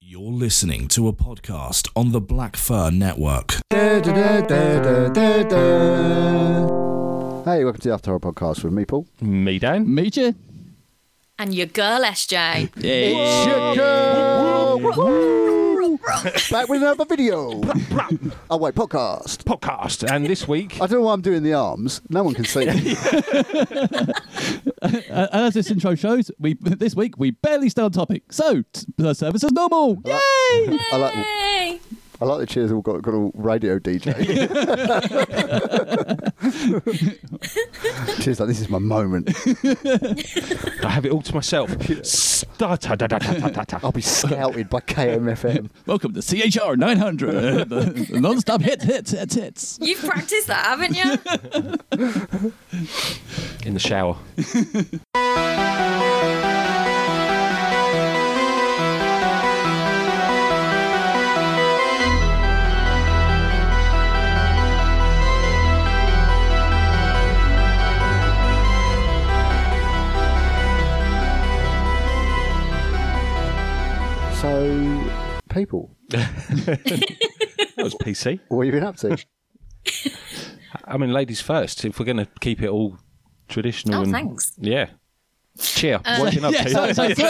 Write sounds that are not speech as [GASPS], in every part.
You're listening to a podcast on the Black Fur Network. Hey, welcome to the After Horror Podcast with me, Paul. Me down. Meet you. And your girl, SJ. Back with another video. oh wait, podcast. Podcast. And this week, I don't know why I'm doing the arms. No one can see. [LAUGHS] them. Uh, and as this intro shows, we this week we barely stay on topic. So t- the service is normal. Yay! I like the, Hey! I like the cheers. All got got a radio [LAUGHS] DJ. cheers! Like this is my moment. I have it all to myself. Sta-ta-da-da-ta-ta-ta. I'll be scouted by KMFM. Welcome to CHR 900, the, the [LAUGHS] non-stop hit hits hits hits. You've practiced that, haven't you? In the shower. So, people, That was PC. what have you been up to? I mean, ladies first. If we're going to keep it all traditional. Oh, and, thanks. Uh, Yeah. Cheer. What you [LAUGHS] been up Yeah, to? so, so, [LAUGHS] so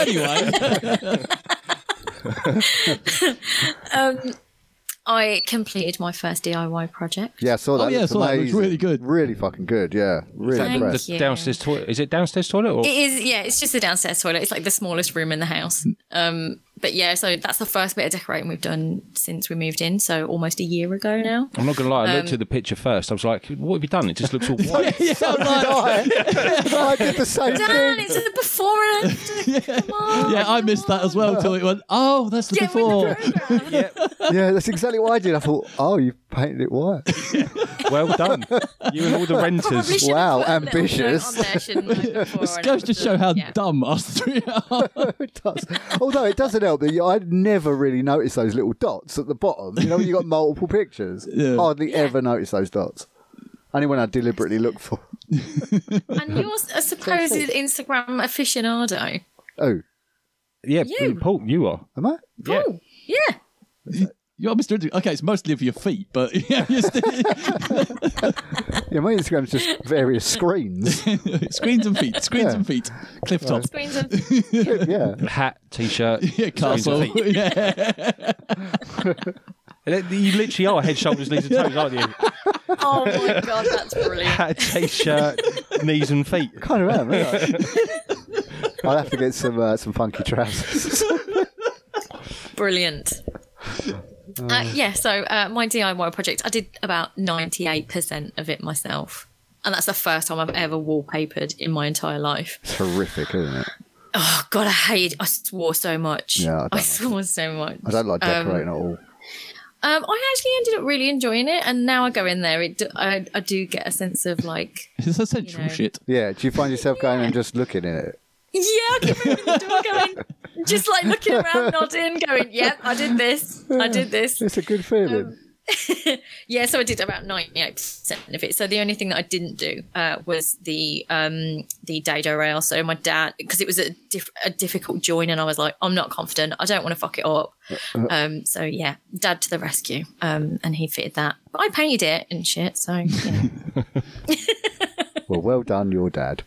anyway, [LAUGHS] I completed my first DIY project. Yeah, I saw that. Oh, yeah, I Looks saw that. Looks amazing. really good. Really fucking good. Yeah, really Thank impressed. the you. downstairs toilet. Is it downstairs toilet? Or? It is, yeah, it's just the downstairs toilet. It's like the smallest room in the house. Um, but yeah, so that's the first bit of decorating we've done since we moved in. So almost a year ago [LAUGHS] now. I'm not going to lie. I um, looked at the picture first. I was like, what have you done? It just [LAUGHS] looks all white. yeah, I'm like- [LAUGHS] I, I did the same Dan, thing. it's the before and after. Come on. [LAUGHS] yeah, I missed that as well. Till it went, oh, that's the Get with before. the programme. Yeah, that's exactly what I did. I thought, oh, you painted it white. [LAUGHS] well done. You and all the Probably renters. should Wow, have put a little ambitious. note on there, shouldn't [LAUGHS] I, before and Goes to after. show how Yeah. dumb us three are. It does. Although it doesn't help that you, I'd never really noticed those little dots at the bottom. You know, you got multiple pictures. Yeah. Hardly ever noticed those dots. Only when I deliberately look for. And you're a supposed Instagram aficionado. Oh, Yeah, You. Paul, you are. am I? Yeah. Oh, yeah. You are Mr. Inter- Okay, it's mostly for your feet, but [LAUGHS] yeah, you're still, Yeah, my Instagram's just various screens. screens and feet, screens Yeah. and feet, cliff top, Screens and yeah. Hat, t-shirt. [LAUGHS] yeah, castle, [LAUGHS] yeah. You literally are head, shoulders, knees and toes, aren't you? Oh my god, [LAUGHS] that's brilliant. Hat, t-shirt, knees and feet. Kind of am, ain't I? I'll have to get some uh, some funky trousers. Brilliant. Uh, yeah, so uh, my DIY project, I did about 98% of it myself. And that's the first time I've ever wallpapered in my entire life. It's horrific, isn't it? Oh God, I hated. I swore so much. Yeah, I don't [LAUGHS] I, like swore so much. I don't like Um, decorating at all. Um, I actually ended up really enjoying it, and now I go in there. It, do- I, I do get a sense of like, It's essential You know. shit. Yeah, do you find yourself going and just looking at it? yeah, I keep opening the door, [LAUGHS] going, just like looking around, nodding, going, "Yep, I did this. I did this." It's a good feeling. Yeah, so I did about ninety eight percent of it. So the only thing that I didn't do uh, was the um, the dado rail. So my dad, because it was a, diff- a difficult join, and I was like, I'm not confident. I don't want to fuck [LAUGHS] it up. Um, so yeah, dad to the rescue, um, and he fitted that. But I painted it and shit. So [LAUGHS] yeah. Well, well done, your dad.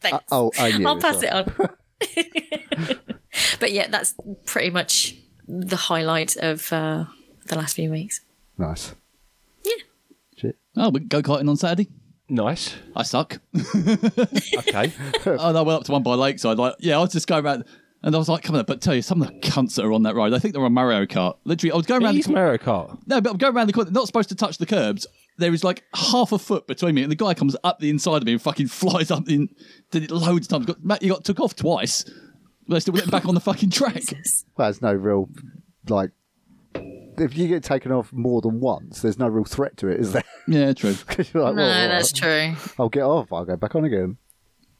thanks. Oh, and you I'll as pass well. it on. [LAUGHS] [LAUGHS] but yeah, that's pretty much the highlight of uh, the last few weeks. Nice. Oh, we go karting on Saturday. Nice. I suck. [LAUGHS] Okay. oh, no, I went up to one by Lakeside. Like, yeah, I was just going around, and I was like, come on, but tell you, some of the cunts that are on that road, I think they're on Mario Kart. Literally, I was going around the He's corner. Mario Kart. No, but I'm going around the corner, not supposed to touch the curbs. There is like half a foot between me, and the guy comes up the inside of me and fucking [LAUGHS] flies up in. Did it loads of times. Got, Matt, you got took off twice. But they still went back on the fucking track. Well, there's no real, like, if you get taken off more than once, there's no real threat to it, is there? [LAUGHS] Yeah, true. 'Cause you're like, No, well, all that's right, true. I'll get off. I'll go back on again.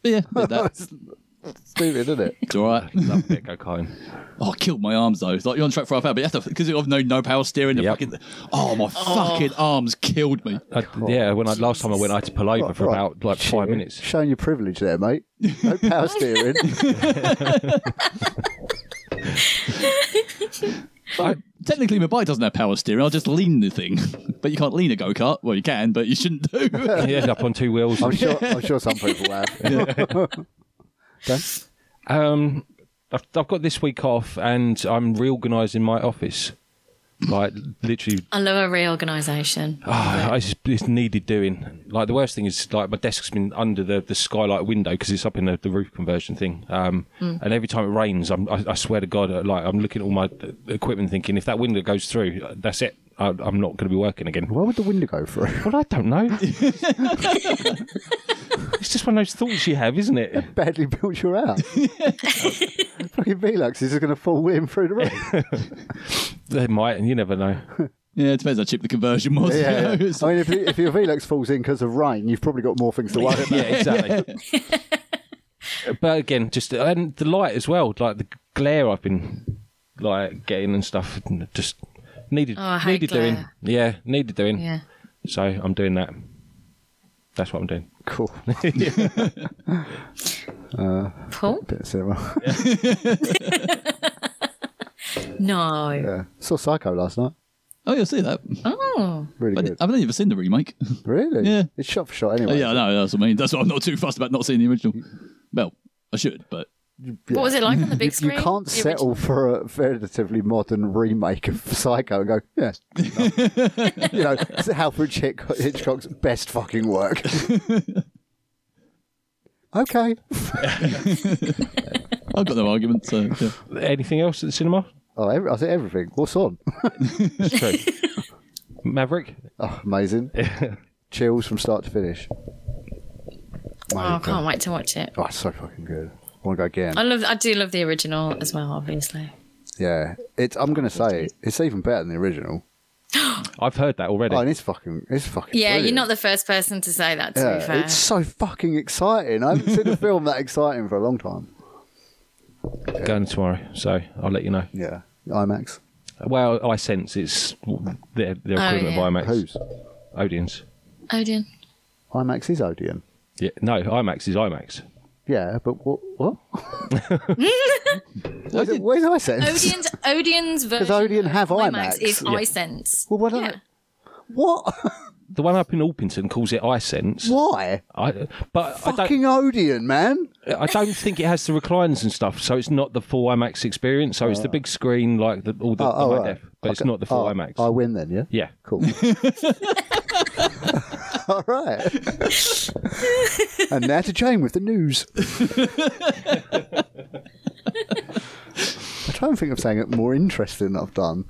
But yeah, did that. [LAUGHS] Stupid, isn't it? It's all right. [LAUGHS] Love a bit of go [LAUGHS] karting. Oh, I killed my arms though. It's like you're on track for half hour, but you have to because I've no no power steering. The Yep. fucking oh my fucking arms killed me. I, Uh, yeah, when I last time I went, I had to pull over for Right. about like five minutes. Showing your privilege there, mate. No power steering. I- technically, my bike doesn't have power steering. I'll just lean the thing. [LAUGHS] but you can't lean a go kart. Well, you can, but you shouldn't [LAUGHS] do. yeah, up on two [LAUGHS] wheels. I'm sure. I'm sure some people have. [LAUGHS] Um, I've, I've got this week off, and I'm reorganising my office. Like literally, I love a reorganisation. Ah. oh, it's, it's needed doing. Like the worst thing is like my desk's been under the, the skylight window because it's up in the, the roof conversion thing. Um, and every time it rains, I'm, I, I swear to God, uh, like I'm looking at all my uh, equipment, thinking if that window goes through, uh, that's it. I, I'm not going to be working again. Why would the window go through? [LAUGHS] Well, I don't know. [LAUGHS] it's just one of those thoughts you have, isn't it? Badly built your out. Fucking Velux is just going to fall in through the roof. They might, and you never know. [LAUGHS] yeah, it depends how cheap the conversion was. you know, Yeah, yeah. [LAUGHS] [LAUGHS] it's- I mean, if, if your Velux falls in because of rain, you've probably got more things to worry about. [LAUGHS] yeah, exactly. [LAUGHS] but again, just and the light as well, like the glare I've been like getting and stuff, and just needed Oh, I hate needed doing. glare. Yeah, needed doing. Yeah. So I'm doing that. That's what I'm doing. Cool. Paul? Bit of cinema. [LAUGHS] No. Yeah. Saw Psycho last night. oh, you'll see that. Oh. Really But good. I've only ever seen the remake. [LAUGHS] really? Yeah. It's shot for shot Oh, anyway. yeah, no, that's what I mean. That's what I'm not too fussed about not seeing the original. Well, I should, but What was it like on the big You, you screen? can't The settle for a relatively modern remake of Psycho and go, [LAUGHS] yeah. no." you know, it's Alfred Hitchcock, Hitchcock's best fucking [LAUGHS] work. okay. I've got no argument. So yeah. Anything else at the cinema? Oh, every, I say everything. What's on? That's [LAUGHS] true. Maverick. Oh, amazing. Chills from start to finish. Oh, I can't wait to watch it. Oh, it's so fucking good. I want to go again. I love. I do love the original as well, obviously. Yeah, it's. I'm gonna say it's even better than the original. I've heard that already. Oh, and it's fucking. It's fucking. Yeah, you're brilliant. not the first person to say that. To be Yeah, fair, it's so fucking exciting. I haven't seen [LAUGHS] a film that exciting for a long time. Going tomorrow, so I'll let you know. Yeah, IMAX. Well, I sense it's their, their Oh, equivalent yeah. of IMAX. Who's Odeon's. Odin. IMAX is Odeon. Yeah, no, IMAX is IMAX. Yeah, but what? [LAUGHS] What? Where's it- where's I sense? Odin's Odin's version. Odeon of have IMAX? is Yeah. iSense. Well, why don't- yeah. What? The one up in Alpington calls it iSense. Why? I, but I Fucking Odeon, man. don't, I don't think it has the recliners and stuff, so it's not the full IMAX experience. So it's the big screen, like the, all the, Oh, oh, the high right. def, but it's not the full Oh, IMAX. I win then, yeah. yeah, Cool. [LAUGHS] All right. and now to Jane with the news. I try and think of something more interesting that I've done.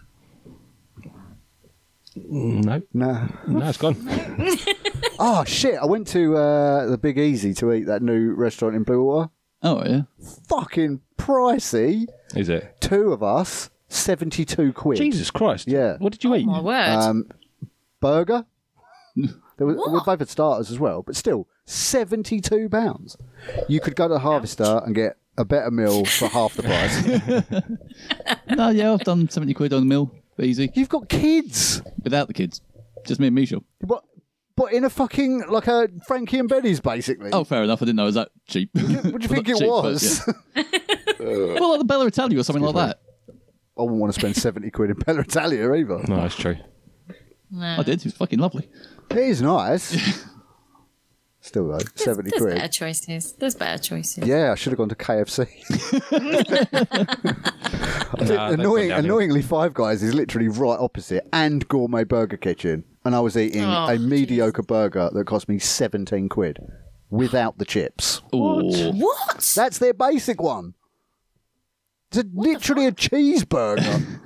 no, Nah. no, it's gone. Oh shit! I went to uh, the Big Easy to eat that new restaurant in Bluewater. oh yeah, Fucking pricey. [LAUGHS] Is it? Two of us, seventy-two quid. Jesus Christ! Yeah. What did you eat? My word. Um, burger. There was, What? we both had starters as well, but still, seventy-two pounds. You could go to the Harvester and get a better meal for half the [LAUGHS] price. no, Uh, yeah, I've done seventy quid on the mill, easy You've got kids, without the kids, just me and Misha. but but in a fucking like a Frankie and Benny's basically. Oh, fair enough. I didn't know it was that cheap. what do you Well, think [LAUGHS] not it cheap, but, was? yeah. well, like the Bella Italia or something like that. [LAUGHS] I wouldn't want to spend seventy quid in Bella Italia [LAUGHS] either. No, that's true. no. I did. It was fucking lovely. It is nice. Still though, There's, seventy there's quid. better choices. There's better choices. Yeah, I should have gone to KFC. I think Nah, they've [LAUGHS] gone annoying, downhill. annoyingly, Five Guys is literally right opposite and Gourmet Burger Kitchen. And I was eating Oh, a mediocre burger that cost me 17 quid without the chips. Ooh. What? That's their basic one. It's a, literally a cheeseburger.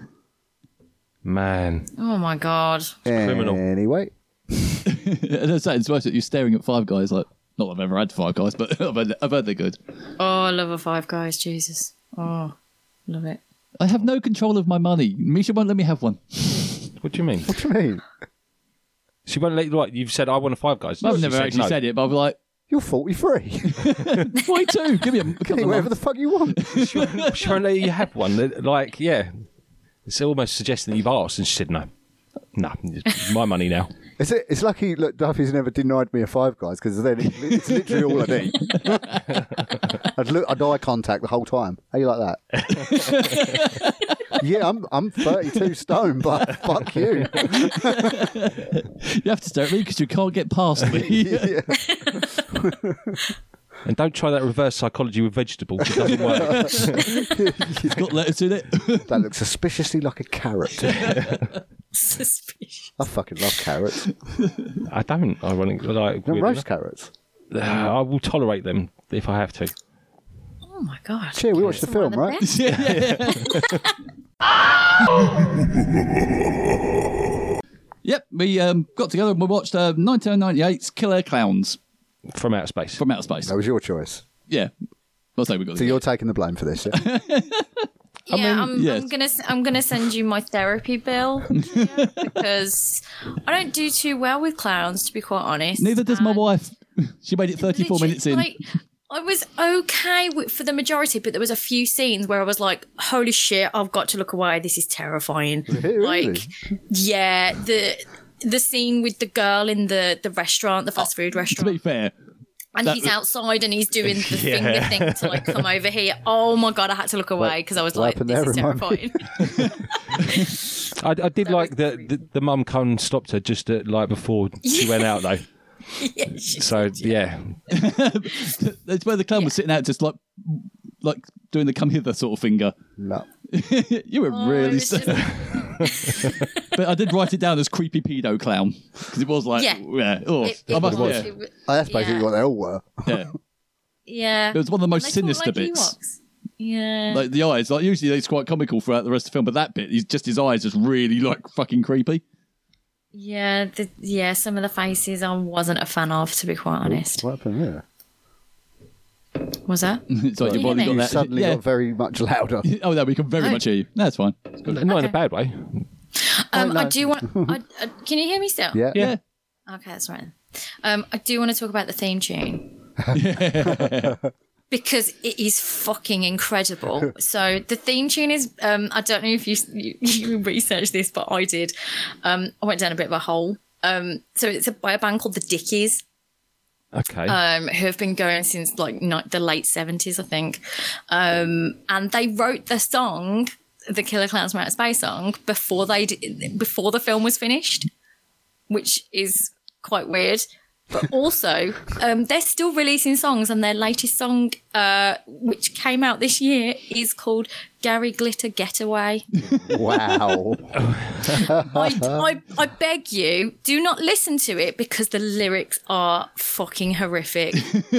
Man, Oh my god. criminal. Anyway, [LAUGHS] And I say it's worth it. You're staring at Five Guys like. Not that I've ever had Five Guys, but [LAUGHS] I've heard, I've heard they're good. Oh, I love a Five Guys. Jesus. Oh, love it. [LAUGHS] I have no control of my money. Misha won't let me have one. what do you mean? [LAUGHS] what do you mean? She won't let you. Like, you've said I want a Five Guys. I've She never actually no. said it, but I'll be like, You're [LAUGHS] 43. [LAUGHS] why two? Give me a, a Can eat couple whatever of the fuck you want. [LAUGHS] She won't, she won't let you have one. Like, yeah, it's almost suggesting that you've asked, and she said no. No, it's [LAUGHS] my money now. It's, it's lucky look, Duffy's never denied me a Five Guys because then it, it's literally all I need. I'd look, I'd eye contact the whole time. How you like that? yeah, I'm I'm 32 stone, but fuck you. You have to stare at me because you can't get past me. Yeah. And don't try that reverse psychology with vegetables. It doesn't [LAUGHS] work. it's got letters in it. [LAUGHS] [LAUGHS] That looks suspiciously like a carrot. Suspicious. I fucking love carrots. I don't. Ironically, like, No weird roast enough. carrots. Uh, I will tolerate them if I have to. Oh my god. Cheer, we watched the Some of film, right? best. Yeah, yeah, yeah. [LAUGHS] yep, we um, got together and we watched uh, 1998's Killer Clowns From outer space. from Outer Space. That was your choice. Yeah. Well, so we got So you're taking the blame for this. Yeah? Yeah, I'm, yes. I'm gonna s- I'm gonna send you my [LAUGHS] therapy bill yeah, because I don't do too well with clowns, to be quite honest. Neither does my And wife. [LAUGHS] She made it 34 Um, literally, minutes in. Like, I was okay with, for the majority, but there was a few scenes where I was like, "Holy shit! I've got to look away. This is terrifying." Really? Like, yeah, the the scene with the girl in the the restaurant, the fast food Oh, to restaurant. be fair, and That he's was- outside and [LAUGHS] he's doing the Yeah. finger thing to like come over here. Oh my god, I had to look away because I was what like, happened this there is remind me? terrifying. [LAUGHS] I, I did like was that the, the mum come and stopped her just at, like before she went out though. yeah, she- So yeah, [LAUGHS] that's where the clown was sitting out just like like doing the come hither sort of finger. [LAUGHS] no. You were Oh, it really was sad. just- But I did write it down as creepy pedo clown because it was like, yeah, Yeah. oh, [LAUGHS] it- I it must, was- yeah, it was- Oh, that's basically Yeah. what they all were. yeah. yeah. It was one of the most And they sinister talk like bits. Ewoks. Yeah. Like the eyes, like usually it's quite comical throughout the rest of the film, but that bit, he's just his eyes, just really like fucking creepy. [LAUGHS] yeah, the, yeah, some of the faces I wasn't a fan of, to be quite honest. What happened there? Was that? it's like Can you've already you hear got me? You that. suddenly yeah. got very much louder. [LAUGHS] [LAUGHS] oh no, we can very Oh. much hear you. No, that's fine. It's good. not in a bad way. Um, I do want. I, I, can you hear me still? Yeah. Yeah. Okay, that's right. Um, I do want to talk about the theme [LAUGHS] tune. because it is fucking incredible. So the theme tune is um, I don't know if you, you you researched this, but I did. Um, I went down a bit of a hole. Um, so it's a, by a band called the Dickies Okay. um, who have been going since like ni- the late seventies, I think. Um, and they wrote the song, the Killer Clowns from Outer Space song, before they d- before the film was finished, which is quite weird. But [LAUGHS] also, um, they're still releasing songs, and their latest song, uh, which came out this year, is called "Gary Glitter Getaway." Wow. I, I, I beg you, do not listen to it because the lyrics are fucking horrific.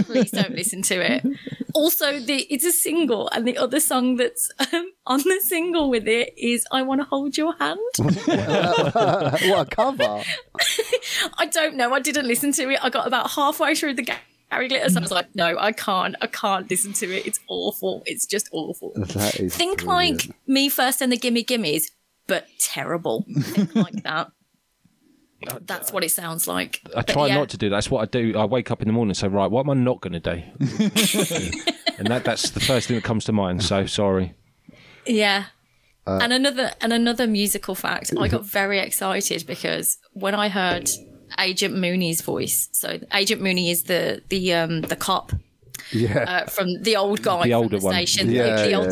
Please don't listen to it. Also, the it's a single, and the other song that's um, on the single with it is "I Want to Hold Your Hand." what a cover. I don't know. I didn't listen to it. I got about halfway through the ga- Gary Glitter, so I was like, "No, I can't. I can't listen to it. It's awful. It's just awful." That is Think brilliant. like me first and the gimme gimmies, but terrible. [LAUGHS] Think like that. That's what it sounds like. I But try yeah. not to do that. That's what I do. I wake up in the morning and say, right, what am I not going to [LAUGHS] do? and that, that's the first thing that comes to mind. So sorry. Yeah. Uh, and another and another musical fact, [LAUGHS] I got very excited because when I heard Agent Mooney's voice, so Agent Mooney is the the um the cop Yeah. uh, from the old guy The from older the one. station, the- Yeah, the, yeah, old yeah.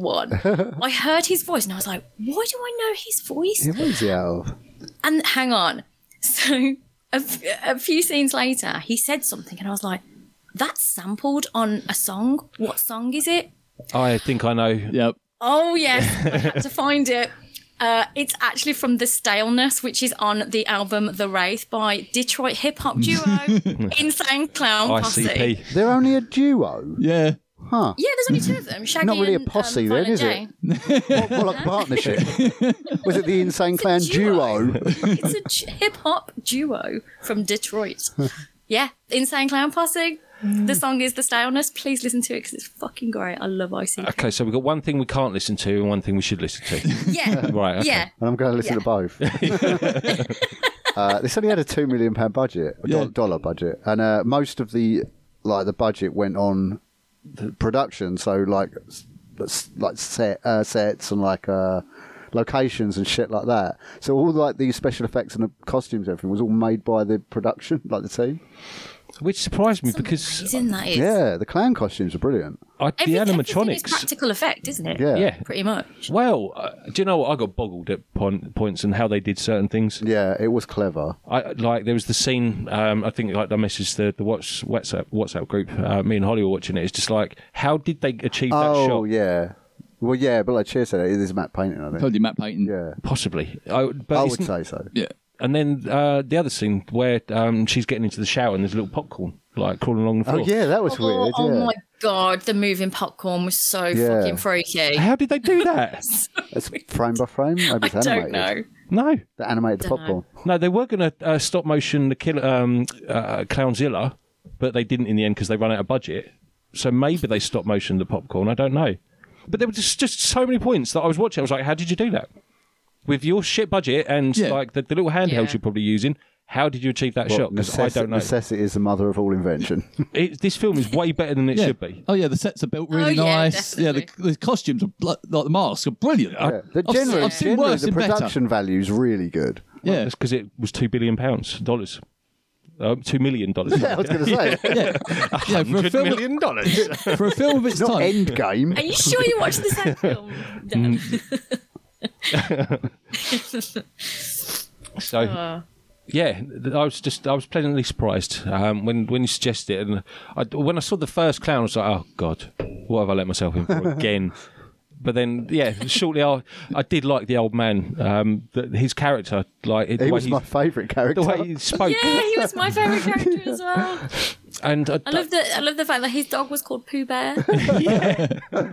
[LAUGHS] one. I heard his voice and I was like, why do I know his voice? It was out of. And hang on. [LAUGHS] So a, f- a few scenes later, he said something, and I was like, that's sampled on a song. What song is it? I think I know. Yep. Oh, yes. I [LAUGHS] had to find it. Uh, it's actually from The Staleness, which is on the album The Wraith by Detroit hip [LAUGHS] hop duo Insane Clown Posse. ICP. They're only a duo. Yeah. Yeah, there's only two of them. Shaggy Not really a and, posse um, then, Violent is it? J. More, more like a partnership. Was it the Insane Clan duo. duo? It's a hip hop duo from Detroit. yeah, Insane Clown Posse. The song is The Staleness. Please listen to it because it's fucking great. I love ICP. Okay, so we've got one thing we can't listen to and one thing we should listen [LAUGHS] to. Yeah. Right, [LAUGHS] okay. Yeah. And I'm going to listen to both. uh, this only had a two million pound budget, Yeah. do- dollar budget, and uh, most of the like the budget went on the production. So like s- s- like set uh, sets and like uh, locations and shit like that. So all like the special effects and the costumes, and everything was all made by the production, like the team. which surprised me It's because in that. Is. Yeah, the clown costumes are brilliant. I, the Everything- everything is animatronics. practical effect, isn't it? Yeah. Yeah. Pretty much. Well, uh, do you know what? I got boggled at point, points and how they did certain things. Yeah, it was clever. I like there was the scene. Um, I think like I messaged the the watch, WhatsApp WhatsApp group. Uh, me and Holly were watching it. It's just like how did they achieve that oh shot? yeah. Well, yeah, but like Cheers said, it is Matt Painting. I think. Totally Matt Payton. Yeah, Possibly. I, but I it's would n- say so. Yeah. And then uh, the other scene where um, she's getting into the shower and there's little popcorn like crawling along the Oh floor. yeah, that was Oh, weird. oh yeah. my god, the moving popcorn was so Yeah. fucking freaky. How did they do [LAUGHS] that? It's frame by frame. Maybe I it's animated. don't know. no. They animated the Dunno. popcorn. No, they were going to uh, stop motion the killer um, uh, Clownzilla, but they didn't in the end because they ran out of budget. So maybe they stop motion the popcorn. I don't know. But there were just just so many points that I was watching. I was like, how did you do that with your shit budget and Yeah. like the, the little handhelds Yeah. you're probably using? How did you achieve that shot? Because I Necessi- don't know. Necessity is the mother of all invention. It, this film is way better than it Yeah. should be. Oh yeah, the sets are built really Oh, yeah, nice. Yeah, the, the costumes are blo- like the masks are brilliant. yeah. The I've seen- generally, I've seen generally worse the and better. production value is really good. Yeah, That's because it was two billion pounds dollars, uh, two million [LAUGHS] dollars. [LAUGHS] Yeah, I was going to say. yeah. yeah for, a Hundred film, million dollars. for a film of its It's [LAUGHS] not time, Are Endgame. you sure you watched the same film? Dan? Oh, so, yeah, th- I was just I was pleasantly surprised um, when when you suggested it, and I, when I saw the first clown, I was like, oh god, what have I let myself in for [LAUGHS] again? But then, yeah, shortly I, I did like the old man. Um, that his character, like it, the, He way was he- my favourite character. the way he spoke, yeah, he was my favorite character as well. and uh, I, I love the I love the fact that his dog was called [LAUGHS] Pooh Bear. Which I was like,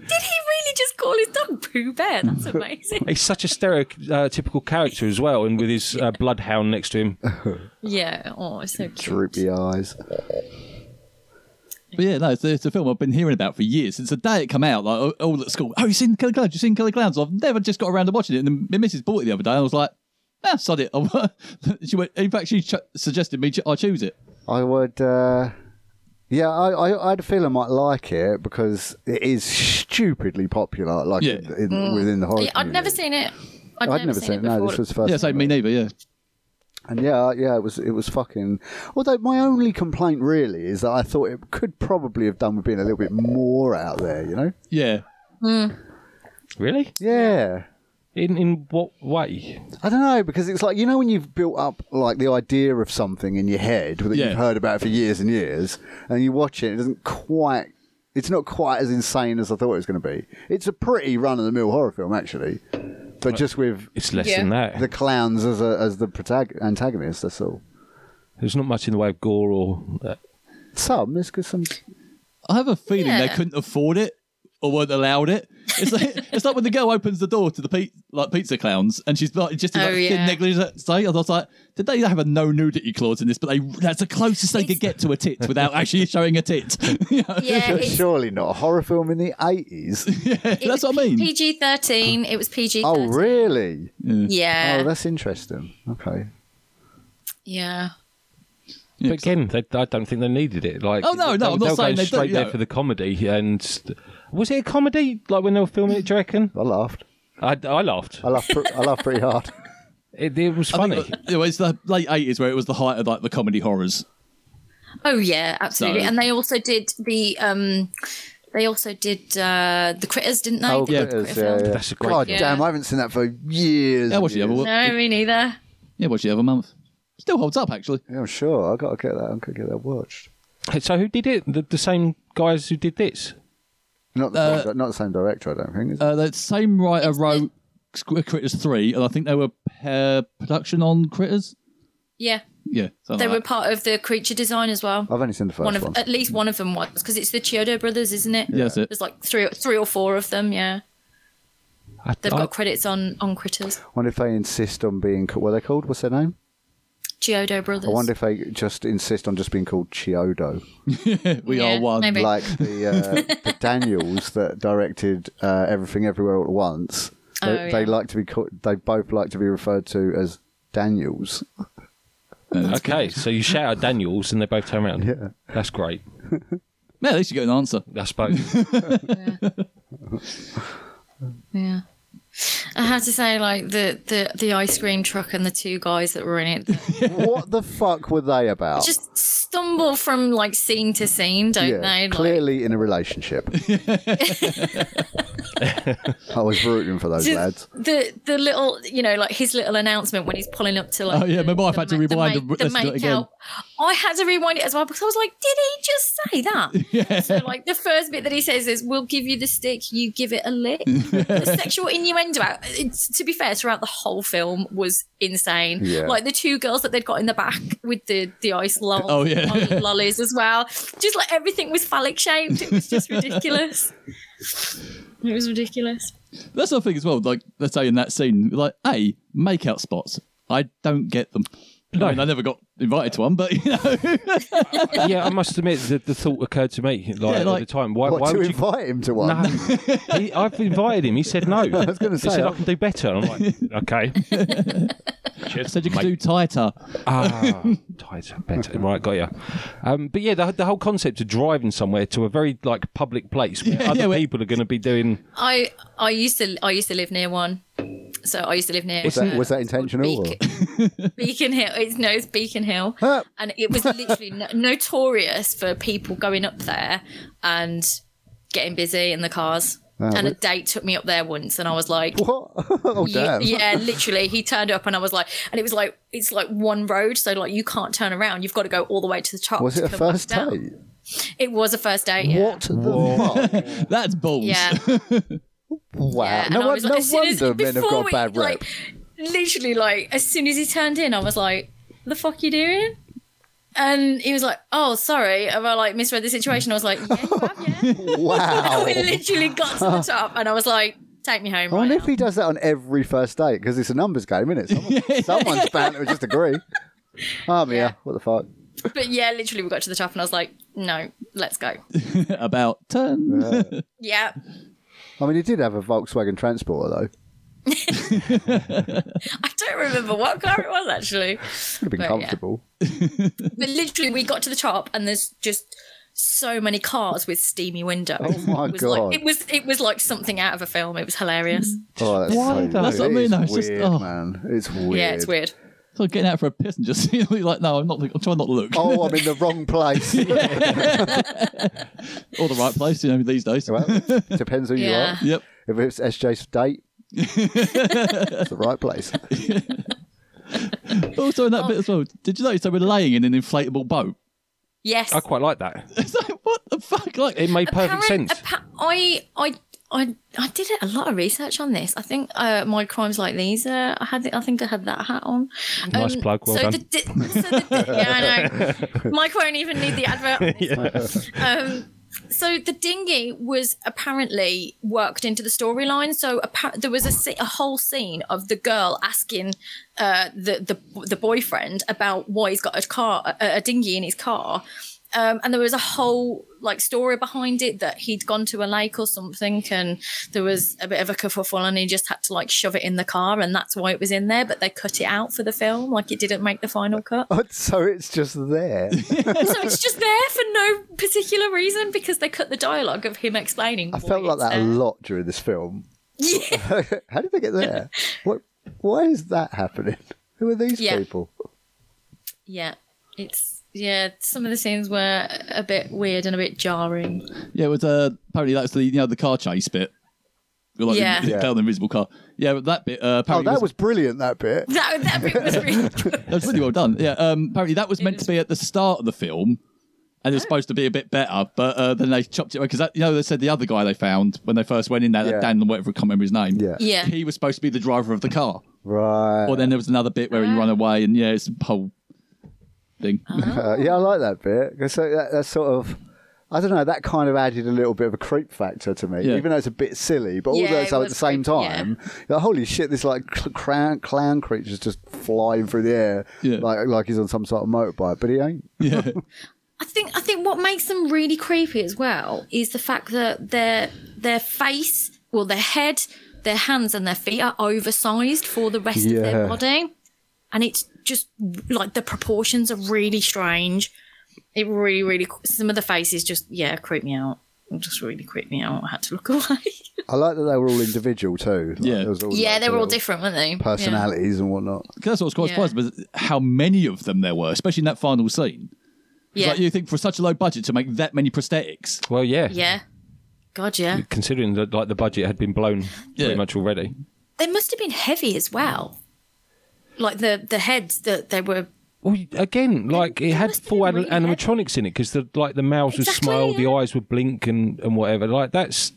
did he really just call his dog Pooh Bear? That's amazing. he's such a stereotypical character as well, and with his uh, bloodhound next [LAUGHS] to him. [LAUGHS] Yeah. Oh, it's so cute. Droopy eyes. but yeah, no, it's, it's a film I've been hearing about for years since the day it come out. Like all at school, oh, you seen Killer Clowns? You seen Killer Clowns? I've never just got around to watching it. And then my missus bought it the other day, and I was like, ah, sod it. [LAUGHS] she went. In fact, she ch- suggested me ch- I choose it. I would. Uh, yeah, I, I, I had a feeling I might like it because it is stupidly popular, like Yeah. in, in- within the horror. Yeah, Mm. I'd never community. seen it. I'd, Oh, I'd, never, seen, it. Before. No, this was the first. Yeah, so time. me neither. Yeah, And yeah, yeah, it was it was fucking. Although my only complaint really is that I thought it could probably have done with being a little bit more out there. You know? yeah. Really? Yeah. In in what way? I don't know because it's like you know when you've built up like the idea of something in your head that Yeah. you've heard about for years and years, and you watch it, it doesn't quite. It's not quite as insane as I thought it was going to be. It's a pretty run-of-the-mill horror film actually, but just with It's less Yeah. than that. the clowns as a, as the protag- antagonist. That's all. There's not much in the way of gore or. Uh, Some there's good- some. I have a feeling they Yeah. couldn't afford it or weren't allowed it. It's [LAUGHS] like it's like when the girl opens the door to the pe- like pizza clowns and she's like just in like Oh, skin yeah. negligence. I was like, did they have a no nudity clause in this? But they that's the closest they could get to a tit without [LAUGHS] actually showing a tit. [LAUGHS] You know? [LAUGHS] Yeah, it's- Surely not a horror film in the eighties. it that's was what I mean. PG thirteen. It was PG. oh really? Yeah. Oh, that's interesting. Okay. yeah. Yeah, but again, they, I don't think they needed it. Like, Oh, no, no, they, I'm not they'll go saying they straight don't, there yeah. for the comedy. And was it a comedy? Like when they were filming it, do you reckon? I laughed. I, I laughed. I laughed. Pr- I laughed pretty hard. It, it was I funny. think it was the late eighties where it was the height of like the comedy horrors. Oh yeah, absolutely. So- And they also did the um they also did uh the critters, didn't they? Oh, They did the critters, critter yeah, film. yeah. That's a great God film. damn, Yeah. I haven't seen that for years. Yeah, and what you years. have? No, me neither. Yeah, watch the other month. Still holds up actually. Yeah, I'm sure. I gotta get that. I'm gonna get that watched. So who did it? The, the same guys who did this? Not the, Uh, same, not the same director, I don't think. Is it? Uh, the same writer wrote Squ- Critters three, and I think they were uh, production on Critters. Yeah. Yeah, something They were like that. part of the creature design as well. uh, I've only seen the first one one. of uh, at least one of them was because it's the Chiodo brothers, isn't it? Yeah, that's it. There's like three three or four of them, yeah. I, Oh. They've I- got credits on on critters. wonder if they insist on being. ca- What are they called? What's their name? Chiodo brothers. I wonder if they just insist on just being called Chiodo, we Yeah, are one. maybe. like the, uh, [LAUGHS] the Daniels that directed uh, Everything Everywhere All at Once. They, Oh, they yeah. like to be. Called, they both like to be referred to as Daniels. [LAUGHS] okay, so you shout out Daniels and they both turn around. Yeah. That's great. Yeah, at least you get an answer. I suppose. Yeah. I have to say, like the the the ice cream truck and the two guys that were in [LAUGHS] it what the fuck were they about? just stumble from like scene to scene, don't yeah, they? Like, clearly in a [LAUGHS] relationship. I was rooting for those just lads. the the little you know like his little announcement when he's pulling up to like Oh, yeah, remember I've the had to ma- the rewind ma- and re- the listen to it again. make-out. I had to rewind it as well because I was like did he just say [LAUGHS] that so like the first bit that he says is we'll give you the stick you give it a lick [LAUGHS] the sexual innuendo out it's, to be fair throughout the whole film was insane Yeah. like the two girls that they'd got in the back with the the ice lollies, Oh, yeah. [LAUGHS] lollies as well just like everything was phallic shaped it was [LAUGHS] just ridiculous it was ridiculous That's the thing as well. Like let's say in that scene, like a makeout spots. I don't get them. I mean, I never got invited to one, but [LAUGHS] you know, [LAUGHS] yeah, I must admit that the thought occurred to me like, Yeah, like- at the time. Why, What, why to would you? invite him to one? [LAUGHS] No, he, I've invited him. He said no. I was gonna he say, said [LAUGHS] I I- can do better. And I'm [LAUGHS] like, [LAUGHS] okay. Cheers, said you could mate. do tighter. Ah, [LAUGHS] tighter, better. Right, got you. Um, but yeah, the, the whole concept of driving somewhere to a very like public place where Yeah, other yeah, where- people are going to be doing. I I used to I used to live near one. So I used to live near. Was that- uh, was that it's called intentional or- Beacon, [LAUGHS] Beacon Hill. It's no, it's Beacon Hill, Huh. and it was literally no, notorious for people going up there and getting busy in the cars. Ah, and a date took me up there once, and I was like, What? oh, Ye- damn. yeah, literally. He turned up and I was like, and it was like, it's like one road. So, like, you can't turn around. You've got to go all the way to the top. Was it to a come back first down. date? It was a first date. Yeah. What the [LAUGHS] fuck? That's balls. Yeah. Wow. Yeah, no and I one, was no like, as soon as- wonder [LAUGHS] men have before got we, bad rep. Like, [LAUGHS] literally, like as soon as he turned in, I was like, "The fuck you doing?" And he was like, "Oh, sorry, have I like misread the situation?" I was like, "Yeah, you [LAUGHS] have, yeah." wow. [LAUGHS] we literally got to the top, and I was like, "Take me home." I Right wonder if now." he does that on every first date because it's a numbers game, isn't it? [LAUGHS] Someone, someone's bound to just [LAUGHS] agree. Oh, yeah. What the fuck? But yeah, literally, we got to the top, and I was like, "No, let's go." [LAUGHS] About turn. Yeah, I mean, he did have a Volkswagen Transporter, though. I don't remember what car it was actually. Could have been But, yeah. comfortable. But literally, we got to the top, and there's just so many cars with steamy windows. Oh, my it was God. Like, it was it was like something out of a film. It was hilarious. Oh, that's Why, so though? weird. That's what I It is mean, though. It's just- weird, oh. man. It's weird. Yeah, it's weird. So getting out for a piss and just [LAUGHS] seeing like, no, I'm not. I'm trying not to look. Oh, I'm in the wrong [LAUGHS] place. Or the right place, you know, these days. well, depends who Yeah. you are. Yep. If it's SJ's date, it's [LAUGHS] the right place. [LAUGHS] Also in Oh. that bit as well. Did you notice they were laying in an inflatable boat? [LAUGHS] Yes. I quite like that. It's like what the fuck? Like It made perfect Apparent- sense. appa- I, I, I, I did a lot of research on this. I think uh, my crimes like these. Uh, I had, I think I had that hat on. Um, Nice plug, well so done. The di- so the di- yeah, [LAUGHS] I know. Mike won't even need the advert. On this. um, so the dinghy was apparently worked into the storyline. So appa- there was a, se- a whole scene of the girl asking uh, the, the the boyfriend about why he's got a car, a, a dinghy in his car. Um, and there was a whole like story behind it that he'd gone to a lake or something, and there was a bit of a kerfuffle, and he just had to like shove it in the car, and that's why it was in there. But they cut it out for the film, like it didn't make the final cut. So it's just there. so it's just there for no particular reason because they cut the dialogue of him explaining. [LAUGHS] I felt like that a lot during this film. How did they get [LAUGHS] there? What? Why is that happening? Who are these Yeah. people? Yeah, it's yeah. Some of the scenes were a bit weird and a bit jarring. Yeah, it was uh, apparently that's the you know the car chase bit. We're like Yeah. the, Yeah. the invisible car. Yeah, but that bit uh, Oh, apparently that was brilliant. That [LAUGHS] bit. That that bit was really. that was really well done. Yeah, um, apparently that was meant to be at the start of the film, and Oh. it was supposed to be a bit better, but uh, then they chopped it away because you know they said the other guy they found when they first went in there, Yeah. that Dan or whatever, I can't remember his name. Yeah. Yeah. he was supposed to be the driver of the car. Right. Or then there was another bit where he Ah. ran away, and yeah, it's a whole thing. Uh, yeah, I like that bit. 'Cause So that, that's sort of, I don't know, that kind of added a little bit of a creep factor to me, Yeah. even though it's a bit silly. But Yeah, also it so at was the same creepy, yeah. time, you're like, holy shit, this like cl- clown, clown creature's just flying through the air, Yeah. like like he's on some sort of motorbike, but he ain't. [LAUGHS] Yeah, I think I think what makes them really creepy as well is the fact that their their face, well, their head, their hands, and their feet are oversized for the rest of Yeah. their body, and it's just like the proportions are really strange. It really, really some of the faces just yeah creep me out. just really quick now. I had to look [LAUGHS] away. I like that they were all individual too. Like, Yeah. there was all, yeah, like, they were all little different, weren't they? Yeah. Personalities and whatnot. 'Cause that's what I was quite Yeah. surprised about how many of them there were, especially in that final scene. It's Yeah. Like you think for such a low budget to make that many prosthetics. Well, yeah. yeah. God, yeah. Considering that like the budget had been blown Yeah. pretty much already. They must have been heavy as well. Like the the heads that they were. Well, again, like it It had must have four been an- really heavy. animatronics in it because the like the mouths Exactly, would smile, the yeah. eyes would blink, and and whatever. Like that's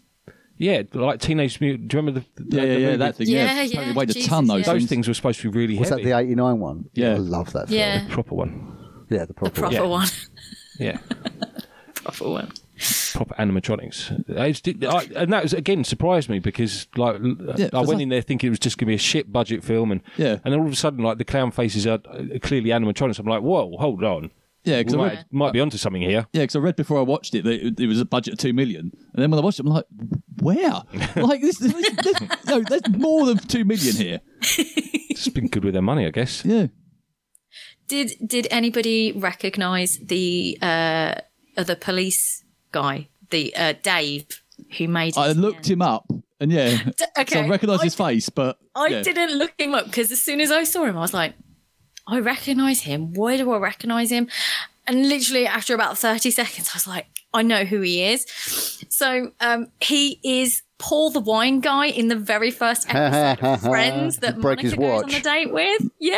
yeah, like teenage mutant. Do you remember the, the- Yeah, yeah, the yeah. movie? That thing, Yeah, yeah, yeah, apparently weighed a Jesus, ton. Those yeah. Those things. things were supposed to be really Was heavy. that the '89 one? Yeah. I love that. Film. Yeah. proper one? yeah, the The proper. proper Yeah. one. Yeah, proper one. proper animatronics. It's, di- I, and that was again surprised me because like l- Yeah, I was went that- in there thinking it was just going to be a shit budget film, and Yeah. and all of a sudden like the clown faces are uh, clearly animatronics. I'm like, whoa, hold on. Yeah, because We I might, read, might be onto something here. yeah, 'cause I read before I watched it that it, it was a budget of two million, and then when I watched it, I'm like, where? like this, this, this no, there's more than two million here. It's been good with their money, I guess. Yeah, Did did anybody recognise the uh, other police guy, the uh, Dave, who made? it I to the looked end? him up, and yeah, so I okay. recognised I his face, but I yeah. didn't look him up because as soon as I saw him, I was like, I recognise him. Why do I recognise him? And literally after about thirty seconds, I was like, I know who he is. So um, he is Paul the wine guy in the very first episode of Friends that Broke Monica his goes on watch. the date with. Yeah,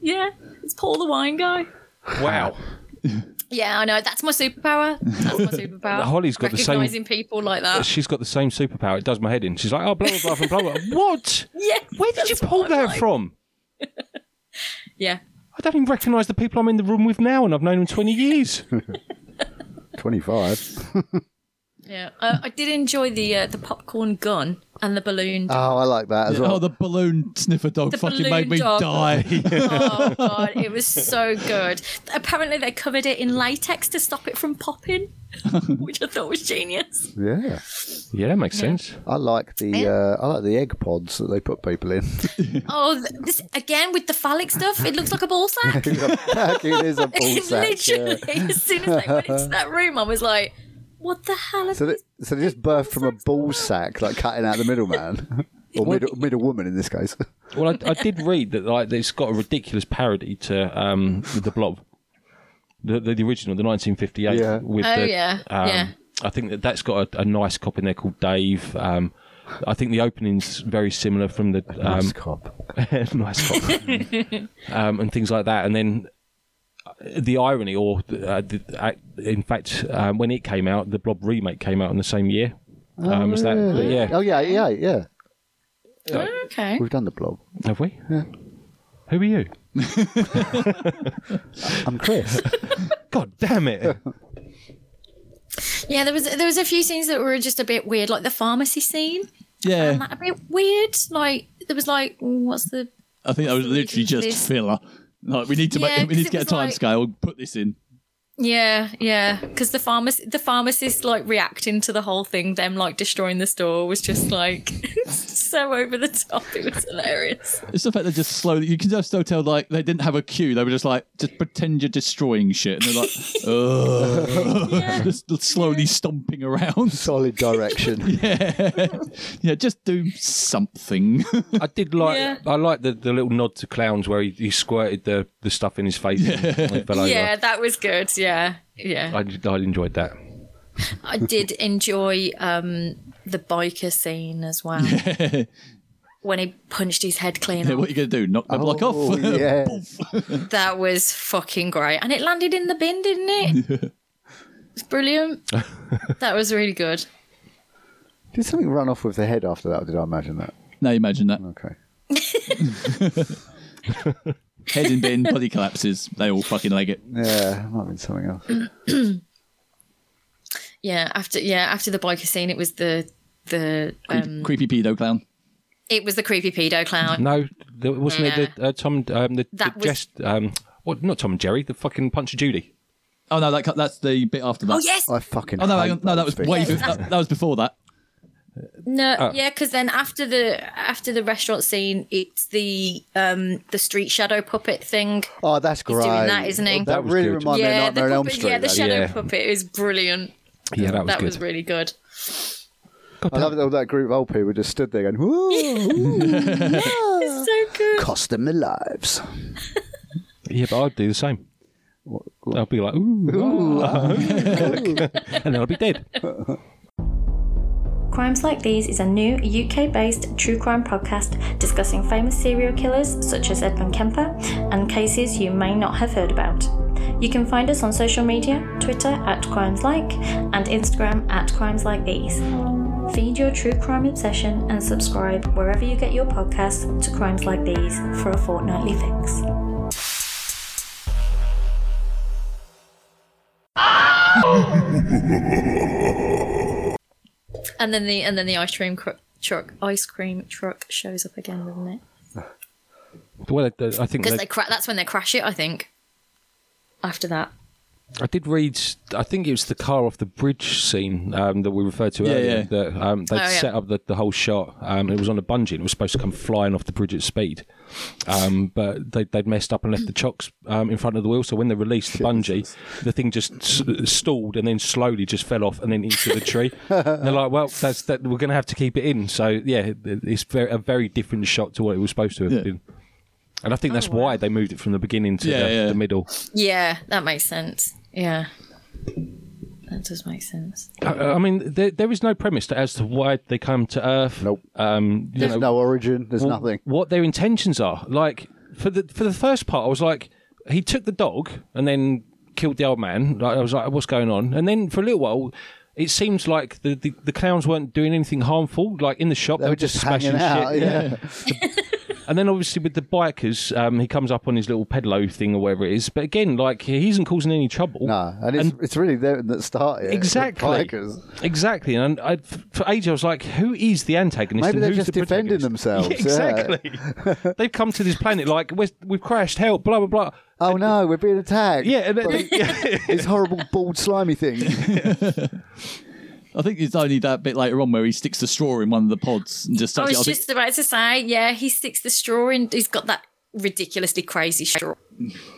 yeah, it's Paul the wine guy. [LAUGHS] Wow. Yeah, I know. That's my superpower. [LAUGHS] That's my superpower. Holly's got the same- Recognising people [LAUGHS] like that. Uh, she's got the same superpower. It does my head in. She's like, oh, blah, blah, blah, blah, blah. [LAUGHS] what? Yeah. Where did you pull that from? Yeah. I don't even recognise the people I'm in the room with now, and I've known them 20 [LAUGHS] years. 25. Yeah. Uh, I did enjoy the uh, the popcorn gun and the [LAUGHS] balloon. Oh, I like that as well. Oh, the balloon sniffer dog The fucking balloon made me dog. [LAUGHS] die. oh god, it was so good. Apparently, they covered it in latex to stop it [LAUGHS] from popping, which I thought was genius. yeah, yeah, that makes sense. I like the Yeah. uh, I like the egg pods that they put people in. Oh, th- this again with the phallic stuff. It looks like a ball [LAUGHS] sack. it is a ball sack. yeah. [LAUGHS] Literally, as soon as they [LAUGHS] went into that room, I was like, "What the hell?" Is So, they, this? so they just birthed from a ball sack, like cutting out the [LAUGHS] middleman or middle, middle woman in this case. Well, I, I did read that like it's got a ridiculous parody to um, the Blob, the, the the original, the 1958. Yeah. With Oh, the, yeah, um, yeah. I think that that's got a, a nice cop in there called Dave. Um, I think the opening's very similar from the um, cop. [LAUGHS] nice one. um, and things like that. And then uh, the irony, or uh, the, uh, in fact, um, when it came out, the Blob remake came out in the same year. Um, is that, but yeah, Oh yeah, yeah, yeah. Okay. We've done the blob. have we? Who are you? I'm [LAUGHS] Chris. God damn [LAUGHS] it! Yeah, there was there was a few scenes that were just a bit weird, like the pharmacy scene. Found yeah, that a bit weird. Like there was like, mm, what's the I think that was literally just This- filler. Like we need to Yeah, make, we need 'cause to get it a was time like- scale. Put this in. Yeah, yeah. Because the pharmac- the pharmacist like reacting to the whole thing, them like destroying the store was just like [LAUGHS] so over the top. It was hilarious. It's the fact they just slowly. You can just still tell like they didn't have a cue. They were just like, just pretend you're destroying shit, and they're like, [LAUGHS] "Ugh." [LAUGHS] just slowly stomping around. [LAUGHS] Solid direction. yeah, just do something. [LAUGHS] I did like Yeah. I like the, the little nod to clowns where he, he squirted the, the stuff in his face. and he fell over. Yeah, that was good. Yeah, yeah. I, I enjoyed that. I did enjoy um the biker scene as well yeah, when he punched his head clean. what are off. you gonna do? Knock the block Oh, off? yes. That was fucking great, and it landed in the bin, didn't it? It's brilliant. that was really good. Did something run off with the head after that? Or did I imagine that? [LAUGHS] now imagine that. Okay. Head in bin, body collapses. They all fucking leg it. Yeah, it might have been something else. Mm. Yeah, after yeah after the biker scene, it was the the Creep- um, creepy pedo clown. it was the creepy pedo clown. No, there, wasn't it the, uh, Tom um, the, the That was- jest, um, what not Tom and Jerry the fucking Punch of Judy. Oh no, that cut- that's the bit after that. Oh yes. I fucking. Oh no, hang hate on. no, that those was things. way. be- that, that was before that. No, yeah, because then after the after the restaurant scene, it's the um the street shadow puppet thing. Oh, that's great. doing that, isn't he? That, That was really good. reminds me of yeah, the Oh, Nightmare on Elm puppet- Street. yeah, the that. shadow yeah. puppet is brilliant. Yeah, that was that good. was really good. I love that all that group of old people just stood there going, "Woo, It's so good. cost them their lives." yeah, but I'd do the same. I'd be like, ooh, ah, [LAUGHS] and then I'd be dead. Crimes Like These is a new UK based true crime podcast discussing famous serial killers such as Edmund Kemper and cases you may not have heard about. You can find us on social media Twitter at Crimes Like and Instagram at Crimes Like These. Feed your true crime obsession and subscribe wherever you get your podcasts to Crimes Like These for a fortnightly fix. And then the and then the ice cream cr- truck ice cream truck shows up again, doesn't it? Well, I I [LAUGHS] think Because that- they cra- that's when they crash it. I think. After that, I did read. I think it was the car off the bridge scene um, that we referred to earlier. yeah. That um, they Oh, yeah. set up the, the whole shot. Um, it was on a bungee. and It was supposed to come flying off the bridge at speed, um, but they, they'd messed up and left the chocks um, in front of the wheel. So when they released the bungee, the thing just s- stalled and then slowly just fell off and then into the [LAUGHS] tree. and they're like, "Well, that's that. We're going to have to keep it in." So yeah, it- it's very, a very different shot to what it was supposed to have Yeah. been. And Oh, I think that's why they moved it from the beginning to Yeah, the, yeah. the middle. yeah, that makes sense. Yeah, that does make sense. uh, I, I mean, there, there is no premise to- as to why they come to Earth. Nope. Um, you There's know, no origin. There's wh- nothing. What their intentions are. Like for the for the first part, I was like, he took the dog and then killed the old man. Like, I was like, what's going on? And then for a little while. It seems like the, the, the clowns weren't doing anything harmful, like in the shop. They, They were just, hanging smashing out. shit. yeah. And then obviously with the bikers, um, he comes up on his little pedalo thing or whatever it is. But again, like he isn't causing any trouble. No, and it's, it's really them that started. it. It's the Exactly. bikers. Exactly, and I, for ages I was like, "Who is the antagonist? Maybe and they're who's just the defending protagonist? themselves, [LAUGHS] Yeah, yeah. [LAUGHS] exactly. They've come to this planet like we're, we've crashed. Help! Blah blah blah. Oh no, we're being attacked. Yeah, and By then, [LAUGHS] yeah. this horrible bald slimy thing. [LAUGHS] I think it's only that bit later on where he sticks the straw in one of the pods and just I touches it. was think- Oh, just about to say, yeah, he sticks the straw in. He's got that ridiculously crazy straw.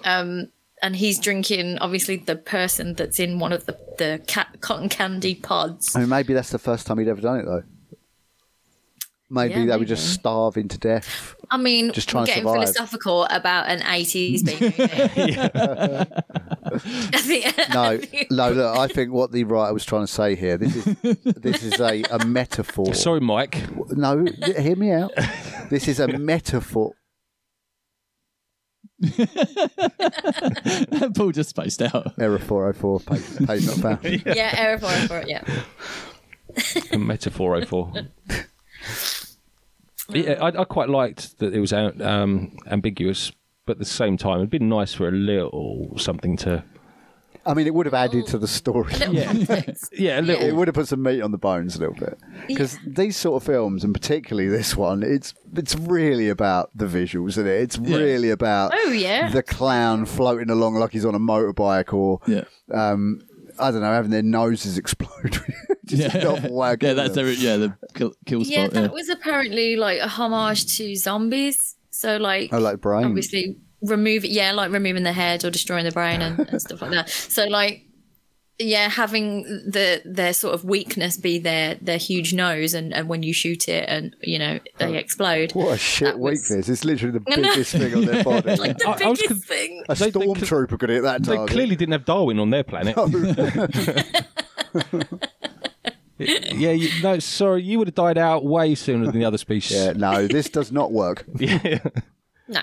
Um, and he's drinking, obviously, the person that's in one of the, the cat, cotton candy pods. I mean, maybe that's the first time he'd ever done it though. Maybe Yeah, they were just maybe. starving to death. I mean, Just trying we're to getting survive. philosophical about an [LAUGHS] 80s baby. [LAUGHS] I think- I No, think- no, look, I think what the writer was trying to say here. This [LAUGHS] is this is a, a metaphor. Sorry, Mike. No, hear me out. This is a [LAUGHS] metaphor. Paul just spaced out. Error 404, page, page not [LAUGHS] found. [LAUGHS] yeah, error for error for it, yeah. Metaphor 04. yeah, I, I quite liked that it was out, um, ambiguous, but at the same time, it'd been nice for a little something to. I mean, it would have added to the story. Yeah, a little. It would have put some meat on the bones a little bit because these sort of films, and particularly this one, it's it's really about the visuals, isn't it? It's really about Oh, yeah. the clown floating along like he's on a motorbike, or [LAUGHS] Yeah. um, I don't know, having their noses [LAUGHS] explode. Just Yeah. not wagging Yeah, that's them. their, yeah, the kill, kill Yeah, spot. that was apparently like a homage to zombies. So like, Oh, like brains. Obviously, remove yeah, like removing the head or destroying the brain and, and stuff like that. So like, yeah, having the their sort of weakness be their their huge nose, and and when you shoot it, and you know they explode. What a shit That was- weakness! It's literally [LAUGHS] the know. biggest thing on their body. [LAUGHS] Like the I- I was biggest con- thing. a They- they cl- stormtrooper could hit that They target. clearly didn't have Darwin on their planet. [LAUGHS] yeah, you, no, sorry, you would have died out way sooner than the other species. Yeah, no, this does not work. [LAUGHS] No.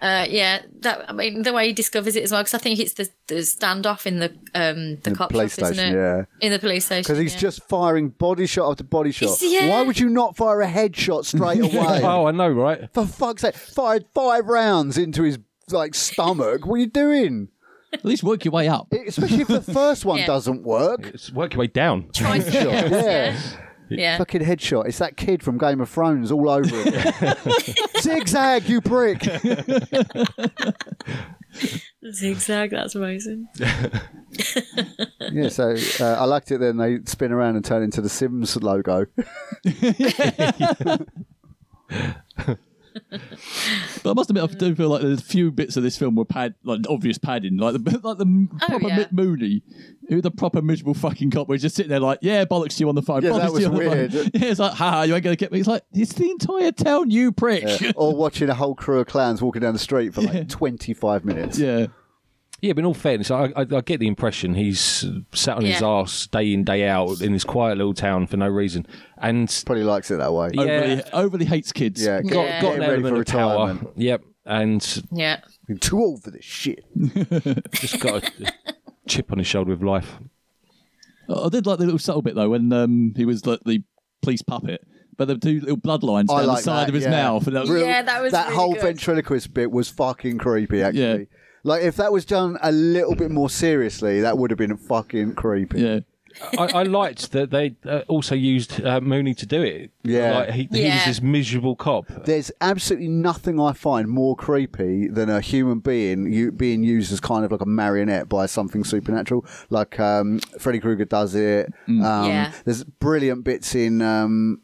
Uh, yeah, that I mean the way he discovers it as well because I think it's the, the standoff in the um the, the cop police shop, isn't station, it? yeah. In the police station Because he's yeah. just firing body shot after body shot. It's- yeah. Why would you not fire a headshot [LAUGHS] straight away? Oh, I know, right? For fuck's sake, fired five rounds into his like stomach. What are you doing? At least work your way up. Especially if the first one Yeah. doesn't work. It's work your way down. Tries to Headshot, get us, yeah. yeah. Fucking headshot. It's that kid from Game of Thrones all over [LAUGHS] it. Zigzag, you prick. Zigzag, that's amazing. Yeah, so uh, I liked it then. They spin around and turn into the Sims logo. But I must admit, I do feel like there's a few bits of this film were pad, like obvious padding, like the [LAUGHS] like the proper Oh, yeah. Mitt Mooney, who the proper miserable fucking cop, where he's just sitting there like, yeah, bollocks to you on the phone. Yeah, bollocks that to was you on the weird. phone." [LAUGHS] Yeah, it's like, haha, you ain't gonna get me. It's like it's the entire town, you prick. [LAUGHS] Yeah, or watching a whole crew of clowns walking down the street for like 25 minutes. Yeah, but in all fairness, I, I, I get the impression he's sat on his Yeah. ass day in, day out in this quiet little town for no reason. And Probably likes it that way. Yeah. Overly, overly hates kids. Yeah, got, Yeah. got getting an ready for element of power. retirement. Yep. And Yeah. I'm too old for this shit. just got a [LAUGHS] chip on his shoulder with life. I did like the little subtle bit though when um, he was like the police puppet, but the two little bloodlines I down like the side that, of his yeah. mouth. And that was, Real- Yeah, that was that really whole good. ventriloquist bit was fucking creepy. Actually, Yeah. like if that was done a little bit more seriously, that would have been fucking creepy. yeah. I, I liked that they uh, also used uh, Mooney to do it. Yeah. Like, he, he was Yeah. this miserable cop. There's absolutely nothing I find more creepy than a human being you, being used as kind of like a marionette by something supernatural. Like um, Freddy Krueger does it. Mm. Um, Yeah. There's brilliant bits in um,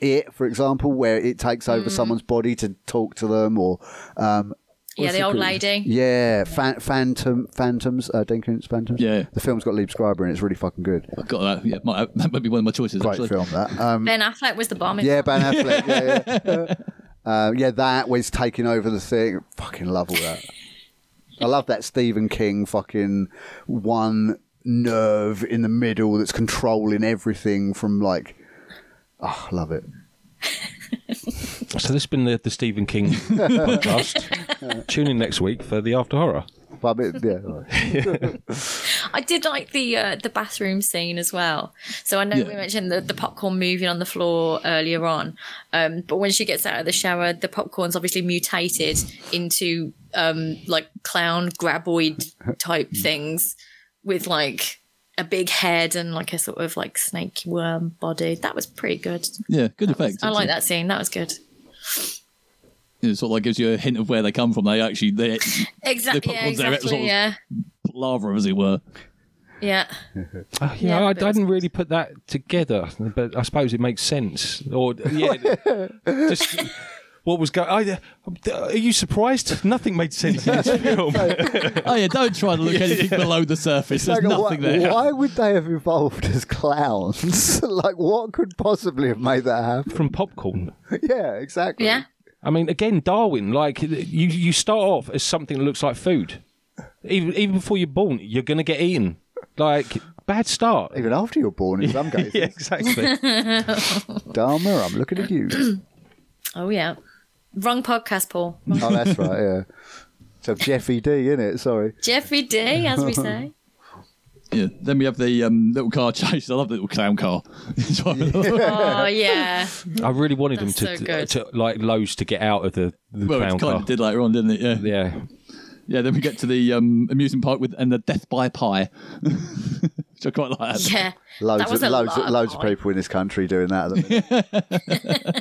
It, for example, where it takes over Mm. someone's body to talk to them, or um, Yeah, the old lady. yeah, fan, Phantom, Phantoms, uh, Jenkins Phantoms. Yeah. the film's got Lee Scriber and it's really fucking good. I've got that. Yeah, might have, [LAUGHS] that might be one of my choices. Great actually. film [LAUGHS] that. Um, Ben Affleck was the bomb. in yeah, that. Ben Affleck. yeah, yeah. [LAUGHS] Uh, yeah, that was taking over the thing. Fucking love all that. I love that Stephen King fucking one nerve in the middle that's controlling everything from like. Oh, love it. So this has been the, the Stephen King podcast. Tune in next week for the After Horror. But it- yeah, all right. I did like the uh, the bathroom scene as well. So I know Yeah. we mentioned the, the popcorn moving on the floor earlier on, um, but when she gets out of the shower, the popcorn's obviously mutated into um, like clown graboid type things with like a big head and like a sort of like snake worm body. That was pretty good. Yeah, good effect. I actually. like that scene. That was good. It sort of like gives you a hint of where they come from. They actually they Exactly. Yeah, popcorn's there, it's exactly. sort of- yeah. lava, as it [LAUGHS] were. Yeah. Oh, Yeah, yeah, I, I but- didn't really put that together, but I suppose it makes sense. Or yeah, just what was going? I, uh, are you surprised? Nothing made sense in this film. Oh yeah, don't try to look anything below the surface. [LAUGHS] There's Like, why- nothing there. Why would they have evolved as clowns? [LAUGHS] like, what could possibly have made that happen? From popcorn. Yeah, exactly. Yeah. I mean, again, Darwin. Like you, you start off as something that looks like food. Even even before you're born, you're gonna get eaten. Like bad start. [LAUGHS] Even after you're born, in some cases. Yeah, [LAUGHS] exactly. Dharma, I'm looking at [CLEARS THROAT] you. Oh yeah. Wrong podcast, Paul. Wrong Oh, that's right. [LAUGHS] Yeah. So Jeffy D, in it. Sorry. Jeffrey D, as [LAUGHS] we say. Yeah. Then we have the um, little car chase. I love the little clown car. [LAUGHS] It's one of the- Oh yeah. I really wanted them to, That's so good. to like Lowe's to get out of the, the [LAUGHS] well, it clown kind car. of did later on, didn't it? Yeah. yeah. Yeah. Then we get to the um, amusement park with and the death by pie, [LAUGHS] which I quite like. That. Yeah. Loads That was of a loads, lot of, loads of pie. people in this country doing that. At the minute.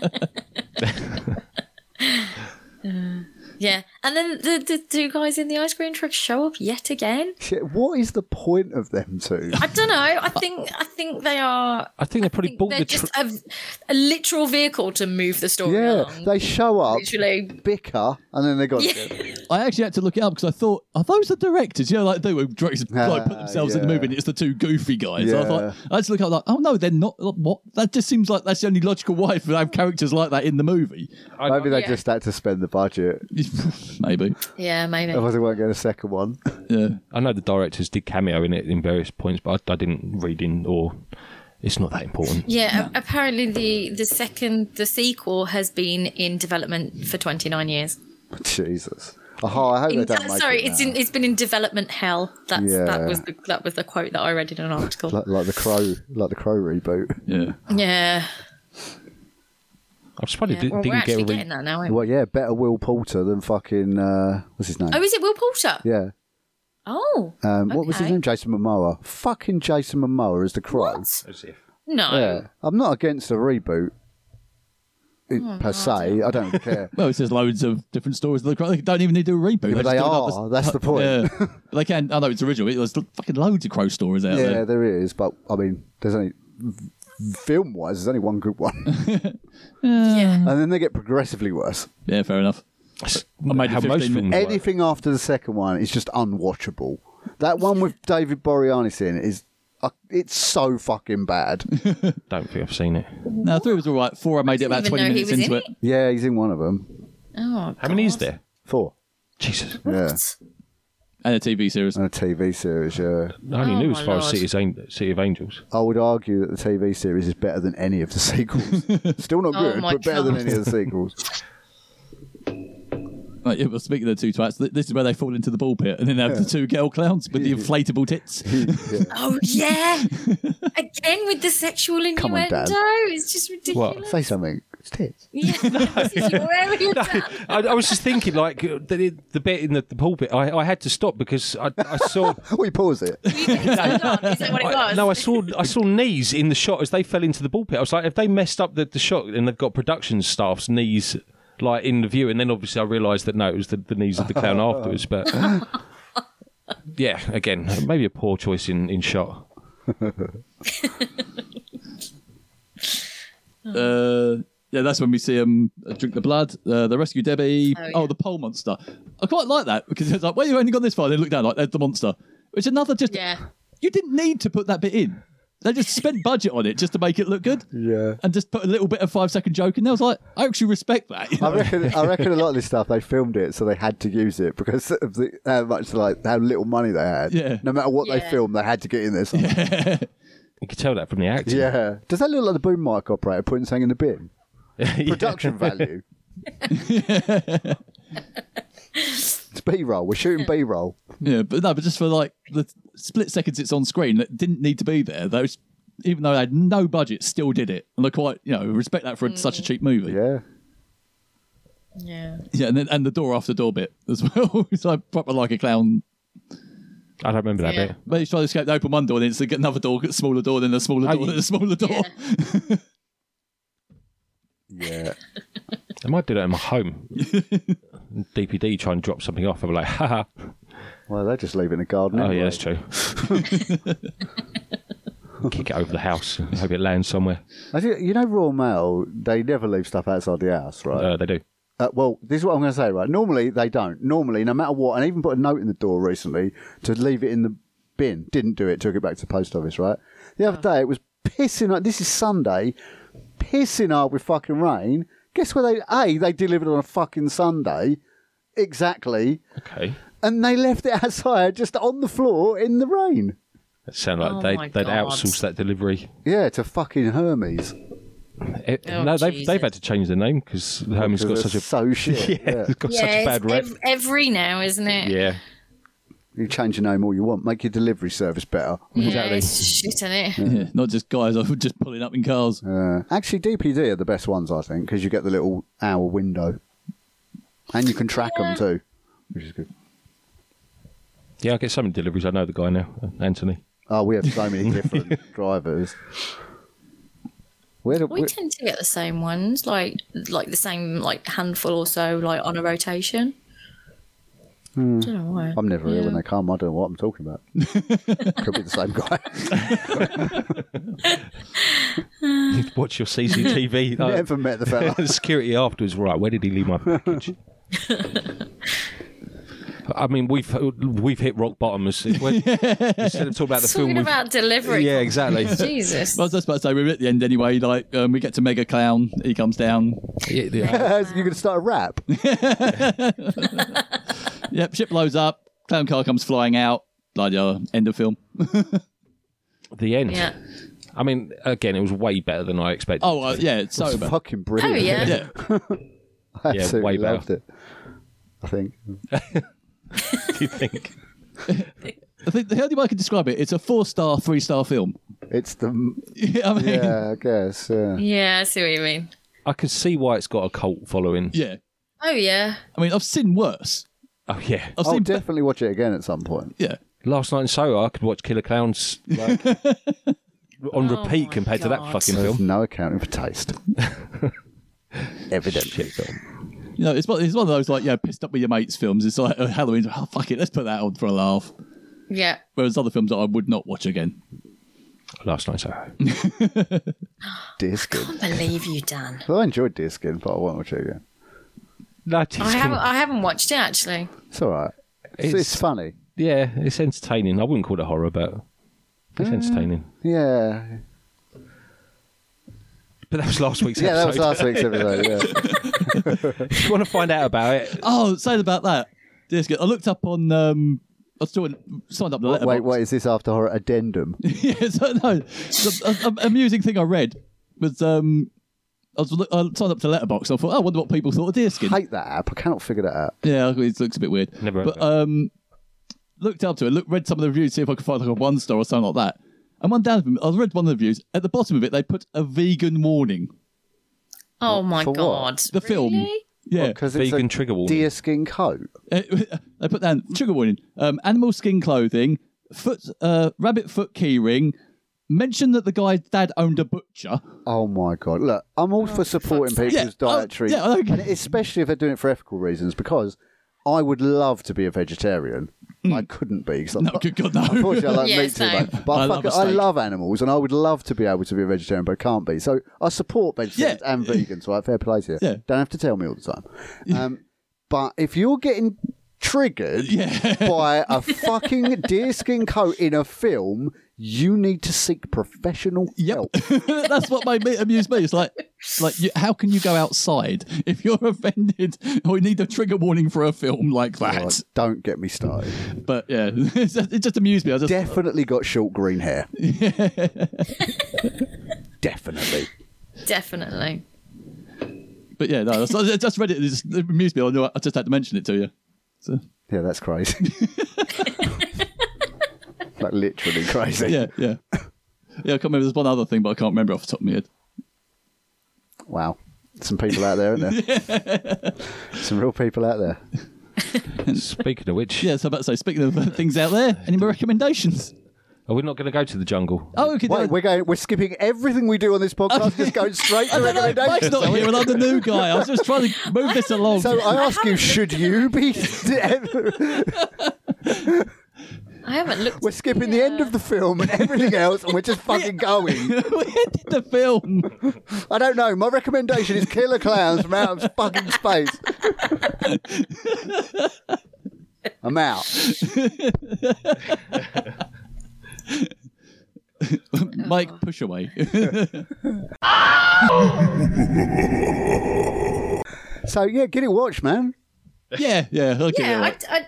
Yeah. And then the, the two guys in the ice cream truck show up yet again. Shit, what is the point of them two? I don't know. I Uh, think I think they are I think they probably bought they're the. just Tr- a, a literal vehicle to move the story Yeah, along. they show up, Literally. bicker, and then they got. Yeah. I actually had to look it up because I thought, are those the directors? You know, like they were directors, like put Ah, themselves in the yeah. movie, and it's the two goofy guys. I Yeah. thought, I had to look up, like, oh no, they're not. What? That just seems like that's the only logical way for have characters like that in the movie. Maybe they Yeah. just had to spend the budget. [SIGHS] Maybe. Yeah, maybe. Otherwise, they won't get a second one. [LAUGHS] Yeah. I know the directors did cameo in it in various points, but I, I didn't read in or. It's not that important. Yeah, a- apparently the the second the sequel has been in development for 29 years. Jesus. Oh, I hope In- they don't uh, make sorry, it it's now. in, it's been in development hell. That's Yeah. that was the, that was the quote that I read in an article. like, like the crow, like the crow reboot. Yeah. yeah. I'm surprised yeah. it did, Well, we're didn't get actually a re- getting that now. Aren't we? Well, yeah, better Will Poulter than fucking uh, what's his name? Oh, is it Will Poulter? yeah, Oh. um, what was his okay. name? Jason Momoa. Fucking Jason Momoa as the crow. What? No. Yeah, I'm not against a reboot it- Oh, per se. I [LAUGHS] don't care. Well, it says loads of different stories. They don't even need to do a reboot. but just they do another- are. That's the point. Yeah. But they can. I know it's original. There's fucking loads of crow stories out Yeah, there. there is, but I mean, there's only v- film wise, there's only one good [LAUGHS] one. Yeah. and then they get progressively worse. Yeah, fair enough. I made it how most 15 films minutes. work. Anything after the second one is just unwatchable. That one with David Boreanaz in it is. Uh, it's so fucking bad. [LAUGHS] Don't think I've seen it. No, three was all right. Four, I made it didn't about even 20 know he minutes was into in it. yeah, he's in one of them. Oh, How many is God. there? Four. Jesus, Yeah. And a TV series. And a TV series, yeah. I only Oh, knew as my far as Lord. City's An- City of Angels. I would argue that the TV series is better than any of the [LAUGHS] sequels. Still not Oh good, my but better than God. any of the sequels. Right, yeah, well, speaking of the two twats, th- this is where they fall into the ball pit and then they have the two girl clowns [LAUGHS] with the inflatable tits. Oh yeah. Again with the sexual Come on, innuendo. Dad. it's just ridiculous. Say something. It's [LAUGHS] tits. Yeah. [LAUGHS] this is your area, Dad. I, I was just thinking, like uh, the, the bit in the, the pulpit, I, I had to stop because I, I [LAUGHS] saw. We pause it. You get turned on, Is that what it I, [LAUGHS] was? no, I saw I saw knees in the shot as they fell into the ball pit. I was like, if they messed up the, the shot and they've got production staff's knees like in the view, and then obviously I realised that no, it was the, the knees of the clown afterwards. But yeah, again, maybe a poor choice in, in shot. Uh, yeah, that's when we see them drink the blood. Uh, the rescue Debbie. Oh, yeah. the pole monster. I quite like that because it's like, well, you only got this far. They look down like there's the monster. It's another just. Yeah. You didn't need to put that bit in. They just [LAUGHS] spent budget on it just to make it look good. Yeah. And just put a little bit of five second joke in there. I was like, I actually respect that. you I know? reckon, I reckon a lot of this stuff they filmed it, so they had to use it because of the, how much like how little money they had. Yeah. No matter what they Yeah. filmed, they had to get in there. Something. [LAUGHS] Yeah. You could tell that from the acting. Does that look like the boom mic operator putting something in the bin? [LAUGHS] Yeah. Production [LAUGHS] value. it's B roll. We're shooting B [LAUGHS] roll. Yeah, but no, but just for like the split seconds it's on screen that didn't need to be there. Those, even though they had no budget, still did it, and I quite you know respect that for a, such a cheap movie. Yeah. Yeah. yeah, and then and the door after door bit as [LAUGHS] well. it's like proper like a clown. I don't remember that Yeah. bit. But he's trying to escape. They open one door, then it's like another door, a smaller door, then a Oh, smaller door, yeah. then a smaller door. Yeah. I might do that in my home. DPD try and drop something off. I'm like, haha. Well, they just leave it in the garden. Oh, anyway. yeah, that's true. [LAUGHS] Kick it over the house. and Hope it lands somewhere. I think- you know, Royal Mail, they never leave stuff outside the house, right? Uh, they do. Uh, well, this is what I'm going to say, right? Normally, they don't. Normally, no matter what, and I even put a note in the door recently to leave it in the bin. Didn't do it, took it back to the post office, right? The other day, it was pissing up. This is Sunday, pissing up with fucking rain. Guess where they, A, they delivered on a fucking Sunday. Exactly. Okay. And they left it [LAUGHS] outside, just on the floor in the rain. That sound like Oh they, my they'd God. outsource that delivery. Yeah, to fucking Hermes. Eh, Oh, no, they've, Jesus. they've had to change the name because Herman's got Because such they're a so shit. [LAUGHS] yeah, yeah. it's got Yeah, such a it's bad rep. ev- every now, isn't it? yeah, You change your name all you want. Make your delivery service better. Yeah, it's shit, isn't it? [LAUGHS] yeah, not just guys, I was just pulling up in cars. Uh, actually, DPD are the best ones, I think, because you get the little hour window, and you can track them too, which is good. yeah. I get some deliveries. I know the guy now, uh, Anthony. Oh, we have so many [LAUGHS] different drivers. Where do, We where- tend to get the same ones, like like the same like handful or so, like on a rotation. don't know why. I'm never here when Yeah. they come. I don't know what I'm talking [LAUGHS] about. Could be the same guy. Watch your [LAUGHS] CCTV. like, never met the fella. [LAUGHS] security afterwards. Right, where did he leave my [LAUGHS] package? I mean, we've we've hit rock bottom. as- [LAUGHS] when- Instead of talking about the film, Talking we've- about delivery. Oh, yeah, exactly. [LAUGHS] Jesus. Well, I was just about to say we we're at the end anyway. Like um, we get to Mega Clown, he comes down. Yeah, yeah. You're going to start a rap. Yep, ship blows up. Clown car comes flying out. Bloody hell, end of film. [LAUGHS] the end. yeah. I mean, again, it was way better than I expected. Oh uh, yeah, it's so It's bad. fucking Oh brilliant. yeah. Yeah, [LAUGHS] I Yeah, absolutely way better. loved it. I think. do you think? I think the only way I can describe it, it's a four-star, three-star film. [LAUGHS] It's the [LAUGHS] Yeah, I mean, yeah. yeah, I guess yeah. Yeah, I see what you mean. I can see why it's got a cult following. Oh yeah. I mean, I've seen worse. Oh yeah. I've I'll seen definitely watch it again at some point. yeah. Last night in Soho, I could watch Killer Clowns like, on Oh repeat my compared to that God. fucking There's film. no accounting for taste. Evidently. You know, it's one, it's one of those like yeah, pissed up with your mates films. It's like uh, Halloween. Oh fuck it, let's put that on for a laugh. Yeah. Whereas other films that I would not watch again. Last night's Soho. Deerskin. I can't believe you, Dan. Well, I enjoyed Deerskin, but I won't watch it again. That is I haven't, good. I haven't watched it actually. It's all right. It's, It's- it's funny. yeah, it's entertaining. I wouldn't call it horror, but it's entertaining. Yeah. But that was last week's Yeah, that was episode. last week's episode. Yeah. if you want to find out about [LAUGHS] it, Oh, saying about that, this guy- I looked up on. Um, I was doing, signed up the letterbox. Wait, [LAUGHS] what is this after horror addendum? yeah, so no, the, a, a amusing thing I read was um, I was look, I signed up to Letterbox. I thought, oh, I wonder what people thought of Deerskin. Hate that app. I cannot figure that out. Yeah, it looks a bit weird. Never heard but of um, looked up to it, looked, read some of the reviews, see if I could find like a one star or something like that. And one down of them, I read one of the reviews. At the bottom of it, they put a vegan warning. Oh my For what? god. The film. Really? Yeah, Because it's vegan a trigger warning. deer skin coat. [LAUGHS] they put down trigger warning: um, animal skin clothing, foot, uh, rabbit foot keyring. Mention that the guy's dad owned a butcher. [LAUGHS] Oh my god! Look, I'm all for supporting people's Yeah, oh, dietary, yeah, I don't- and especially if they're doing it for ethical reasons. Because I would love to be a vegetarian. I couldn't be because No, good God, no. [LAUGHS] Unfortunately, I like [LAUGHS] Yeah, meat too same. much. But I, I fuck love a it, I steak. love animals, and I would love to be able to be a vegetarian, but I can't be. So I support vegetarians Yeah. [LAUGHS] and vegans. Right, fair play to you. Yeah. Don't have to tell me all the time. Um, but if you're getting triggered [LAUGHS] by a fucking deerskin coat in a film, you need to seek professional Yep. [LAUGHS] help. [LAUGHS] That's what made me amuse me. It's like, like, you, how can you go outside if you're [LAUGHS] offended or you need a trigger warning for a film like that? Right, don't get me started. But yeah, [LAUGHS] it's just- it just amused me. I just, Definitely got short green [LAUGHS] hair. Definitely. Definitely. but yeah, no, that's- I just read it. It just it amused me. I knew I I just had to mention it to you. So Yeah, that's crazy. [LAUGHS] like literally crazy. yeah, yeah, yeah. I can't remember. There's one other thing, but I can't remember off the top of my head. Wow. Some people out there, aren't there? [LAUGHS] Some real people out there. Speaking of which, Yeah, so I'm about to say. Speaking of uh, things out there, any more recommendations? are we not going to go to the jungle? Oh, okay. Wait, we're going. We're skipping everything we do on this podcast. just going straight to Mike's recommendations. not here, and I'm the new guy. I was just trying to move this [LAUGHS] along. So I ask you, should you be? [LAUGHS] I haven't looked. we're skipping the end of the film and everything else, and we're just fucking going. [LAUGHS] we ended the film. I don't know. My recommendation is Killer Clowns from Out of Fucking [LAUGHS] Space. I'm out. Mike, push away. [LAUGHS] So yeah, get it watched, man. yeah, yeah. I'll give it a yeah, watch. I'd, I'd, I-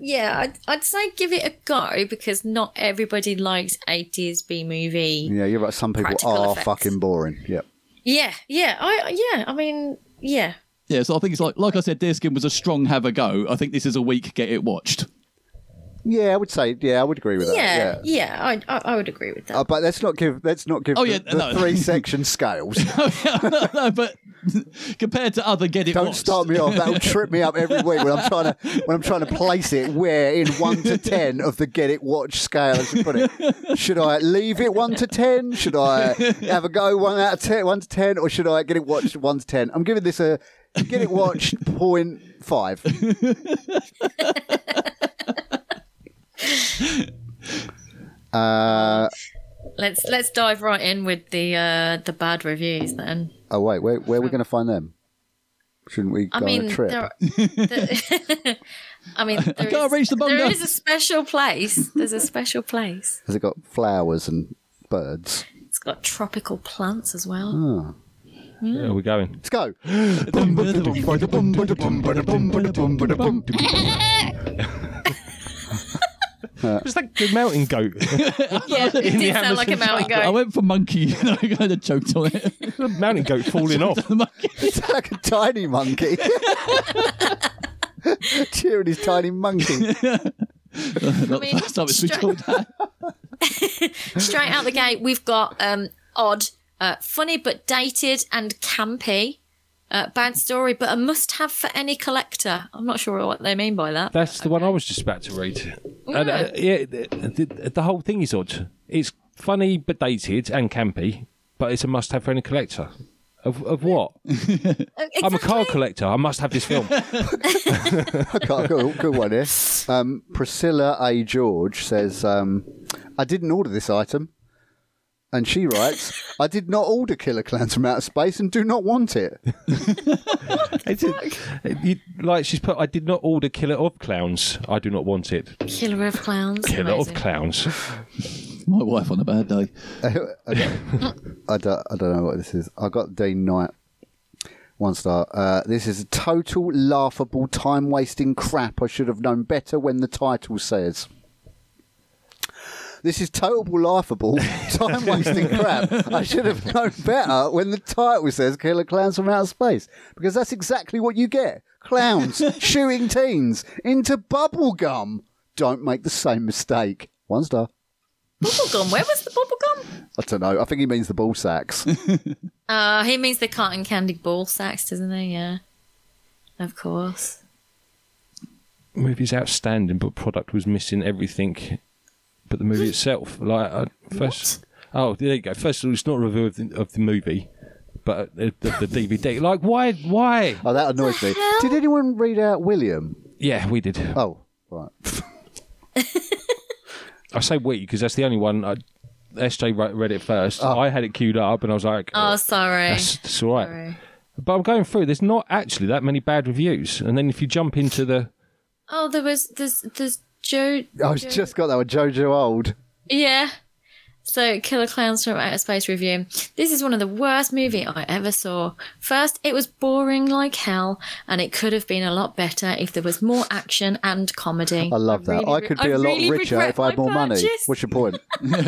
yeah, I'd, I'd say give it a go because not everybody likes 80s B movie. Yeah, you're right. Some people Practical are effects. fucking boring. Yep. Yeah, yeah, I yeah, I mean, yeah. Yeah, so I think it's like like I said, Deerskin was a strong have a go. I think this is a week get it watched. [LAUGHS] Yeah, I would say. Uh, Yeah, I would agree with that. Yeah, yeah, I, I I would agree with that. Uh, but let's not give let's not give Oh, the, yeah, the no. [LAUGHS] three section scales. no, but [LAUGHS] compared to other get it Don't watched, start me off. That'll trip me up every week when I'm trying to when I'm trying to place it where in one to ten of the get it watch scale I should put it. Should I leave it one to ten? Should I have a go one out of ten one to ten? Or should I get it watched one to ten? I'm giving this a get it watched point [LAUGHS] five. uh Let's let's dive right in with the uh the bad reviews then. oh wait, where where are we gonna find them? Shouldn't we go I on mean, a trip? there, there- [LAUGHS] I mean, there can't is- reach the there bunga. is a special place. There's a special place. Has it got flowers and birds? It's got tropical plants as well. Where are we going? Let's go. It's like the mountain goat. [LAUGHS] yeah, it did the sound like a Amazon mountain I goat. went for monkey [LAUGHS] and I kind of choked on [LAUGHS] it. the mountain goat falling off. The monkey. It's like a tiny monkey. [LAUGHS] Cheering his tiny monkey. Not mean, the first time it's been stra- called [LAUGHS] that. Straight out the gate, we've got um odd, uh, funny but dated and campy. Uh, bad story, but a must-have for any collector. I'm not sure what they mean by that. That's the one I was just about to read. And, uh, yeah, the, the, the whole thing is odd. It's funny but dated and campy, but it's a must-have for any collector. Of, of [LAUGHS] what? I'm Uh, a car collector. I must have this film. Okay, good, good one here. Um, Priscilla A. George says, um, I didn't order this item. And she writes, I did not order Killer Clowns from Outer Space and do not want it. [LAUGHS] It's a- you- like she's put, I did not order Killer of Clowns. I do not want it. Killer of clowns. Killer Amazing. of Clowns. My wife on a bad day. I don't, I don't know what this is. I got Dean Knight. One star. Uh, this is total laughable, time wasting crap. I should have known better when the title says. This is total laughable, time wasting crap. I should have known better when the title says Killer Clowns from Outer Space, because that's exactly what you get clowns shooting teens into bubblegum. Don't make the same mistake. One star. Bubblegum. Where was the bubblegum? I don't know. I think he means the ball sacks. Uh, he means the cotton candy ball sacks, doesn't he? Yeah. Of course. movie's outstanding, but product was missing everything. But the movie itself, like uh, first, oh, there you go. First of all, it's not a review of the, of the movie, but uh, the, the DVD. Like, why? Why? Oh, that annoys me. Did anyone read out William? Yeah, we did. Oh, right. I say we because that's the only one. uh, I, SJ re- read it first. I had it queued up, and I was like, Oh, sorry. that's, that's all right. Sorry. But I'm going through. There's not actually that many bad reviews. And then if you jump into the Oh, there was there's there's Joe. I was just got that one. Jojo Old. Yeah. So, Killer Clowns from Outer Space review. This is one of the worst movie I ever saw. First, it was boring like hell, and it could have been a lot better if there was more action and comedy. [LAUGHS] I love that. really I could re- be I a lot really richer regret if I had my more money. purchase. What's your [LAUGHS] point? [LAUGHS]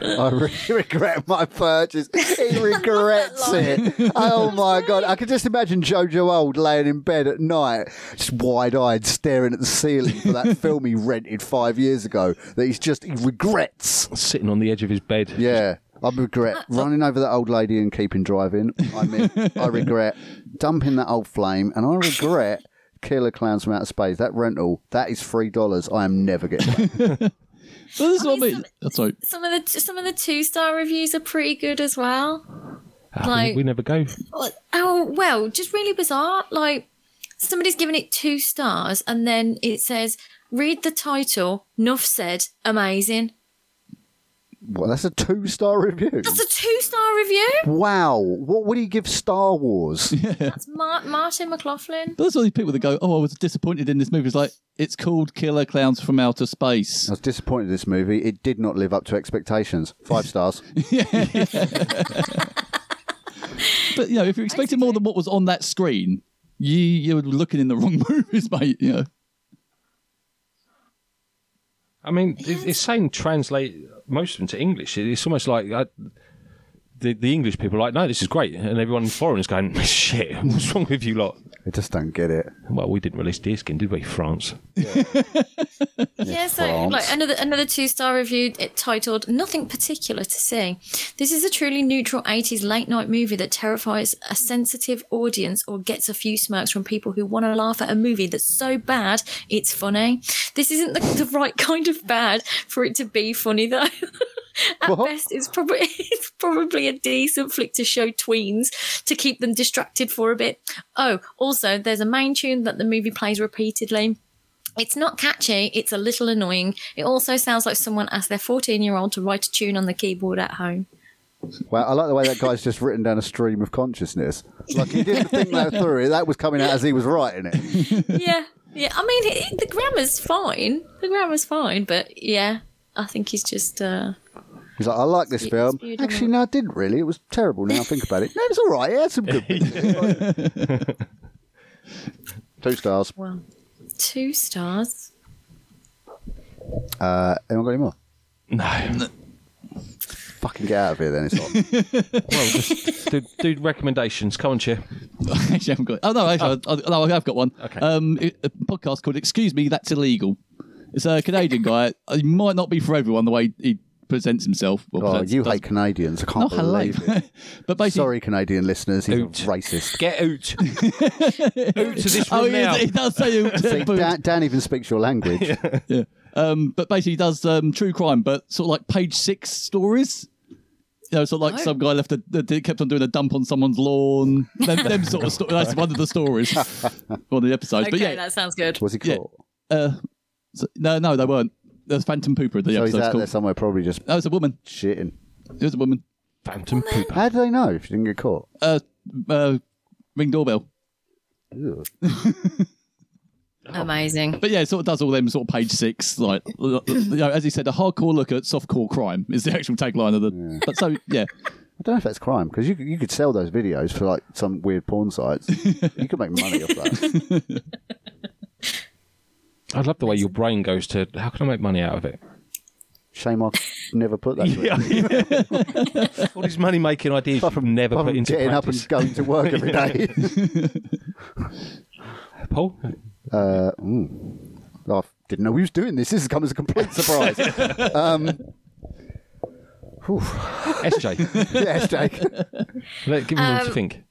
I really [LAUGHS] regret my purchase. [LAUGHS] He regrets it. Oh my god! I could just imagine Jojo Old laying in bed at night, just wide-eyed, staring at the ceiling for [LAUGHS] that film he rented five years ago. That he's just he regrets. sitting on the edge of his bed, Yeah. I regret running over that old lady and keeping driving. I mean, I regret dumping that old flame, and I regret Killer Clowns from Outer Space. That rental, that is three dollars. I am never getting. Back. So this is what I mean, mean. That's right. some of the some of the two star reviews are pretty good as well. Ah, we- Like- we never go. Well, Oh well, just really bizarre. Like somebody's given it two stars, and then it says, "Read the title." Nuff said, "Amazing." Well, that's a two-star review. That's a two star review. Wow, what would he give Star Wars? That's Mar- Martin McLaughlin. But that's all these people that go, "Oh, I was disappointed in this movie." It's like it's called Killer Clowns from Outer Space. I was disappointed in this movie. It did not live up to expectations. Five stars. But you know, if you're expecting more than what was on that screen, you you're looking in the wrong [LAUGHS] movies, mate. You know, I mean, it, it's saying translate most of them to English. It- It's almost like I, the the English people are like, no, this is great, and everyone in foreign is going, [LAUGHS] shit, what's wrong with you lot? I just don't get it. Well, we didn't release Deerskin, did we? France. Yeah, so France. like another another two star review it titled "Nothing Particular to See." This is a truly neutral '80s late night movie that terrifies a sensitive audience or gets a few smirks from people who want to laugh at a movie that's so bad it's funny. This isn't the, the right kind of bad for it to be funny though. [LAUGHS] At best, it's probably [LAUGHS] it's probably a decent flick to show tweens to keep them distracted for a bit. Oh, also, there's a main tune that the movie plays repeatedly. It's not catchy, it's a little annoying. It also sounds like someone asked their 14 year old to write a tune on the keyboard at home. Well, I like the way that guy's just written down a stream of consciousness. Like he didn't think that through. That was coming out as he was writing it. [LAUGHS] yeah, yeah. I mean, it, it- the grammar's fine. The grammar's fine, but yeah, I think he's just. uh He's like, I like this It's film. beautiful. Actually, no, I didn't really. It was terrible. Now I think about it. No, it was all right. It had some good bits. Two stars. Well, two stars. Uh, anyone got any more? No. Fucking get out of here then. It's on. well, [LAUGHS] just do, do recommendations, can't you? [LAUGHS] actually, I haven't got. Oh no, actually, I, I, no, I've got one. Okay. Um, it- a podcast called "Excuse Me, That's Illegal." It's a Canadian guy. [LAUGHS] He might not be for everyone the way he presents himself. Well, Oh, presents- you does- hate Canadians. I Oh, can't hello. [LAUGHS] believe it. but basically, Sorry, Canadian listeners. He's a Oot. [LAUGHS] racist. [LAUGHS] Get out. out to this room Oh, now. he, he does say you. [LAUGHS] See, Dan, Dan even speaks your language. Um, but basically, he does um, true crime, but sort of like page six stories. You know, sort of like some guy left a, that kept on doing a dump on someone's lawn. Them, them [LAUGHS] sort of stories. That's one of the stories, one of the episodes. Okay, but yeah, that sounds good. Was he Yeah. caught? uh, so- no, no, they weren't. There's Phantom Pooper. The So he's episode's out there called. somewhere, probably just Oh, it's a woman. shitting. It was a woman. Phantom pooper. How do they know if you didn't get caught? Uh, uh, ring doorbell. Uh, Ew. Amazing. But yeah, it sort of does all them sort of page six, like you know, as he said, a hardcore look at softcore crime is the actual tagline of the. But so yeah, I don't know if that's crime because you could- you could sell those videos for like some weird porn sites. you could make money off [LAUGHS] that. I love the way your brain goes to how can I make money out of it? Shame I never put that. to it. All these money making ideas Apart you've from never apart put from into getting practice. up and going to work [LAUGHS] every day. [LAUGHS] Paul, Uh, mm. I didn't know we was doing this. This has come as a complete surprise. um, whew. [LAUGHS] SJ, yes, Jake. let, give me a minute Um, to think.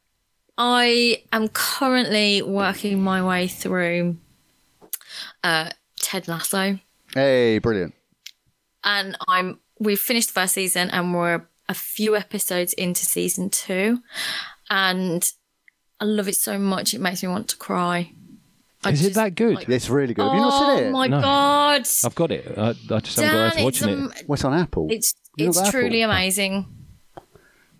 I am currently working my way through uh, Ted Lasso, Hey, brilliant. and I'm we've finished the first season, and we're a few episodes into season two, and I love it so much; it makes me want to cry. I Is it just- that good? It's really good. Have you not Oh seen it? my No. god! I've got it. I, I just haven't got Dan, around to it's, watching am- it. What's on Apple? it's You it's love Apple? truly amazing.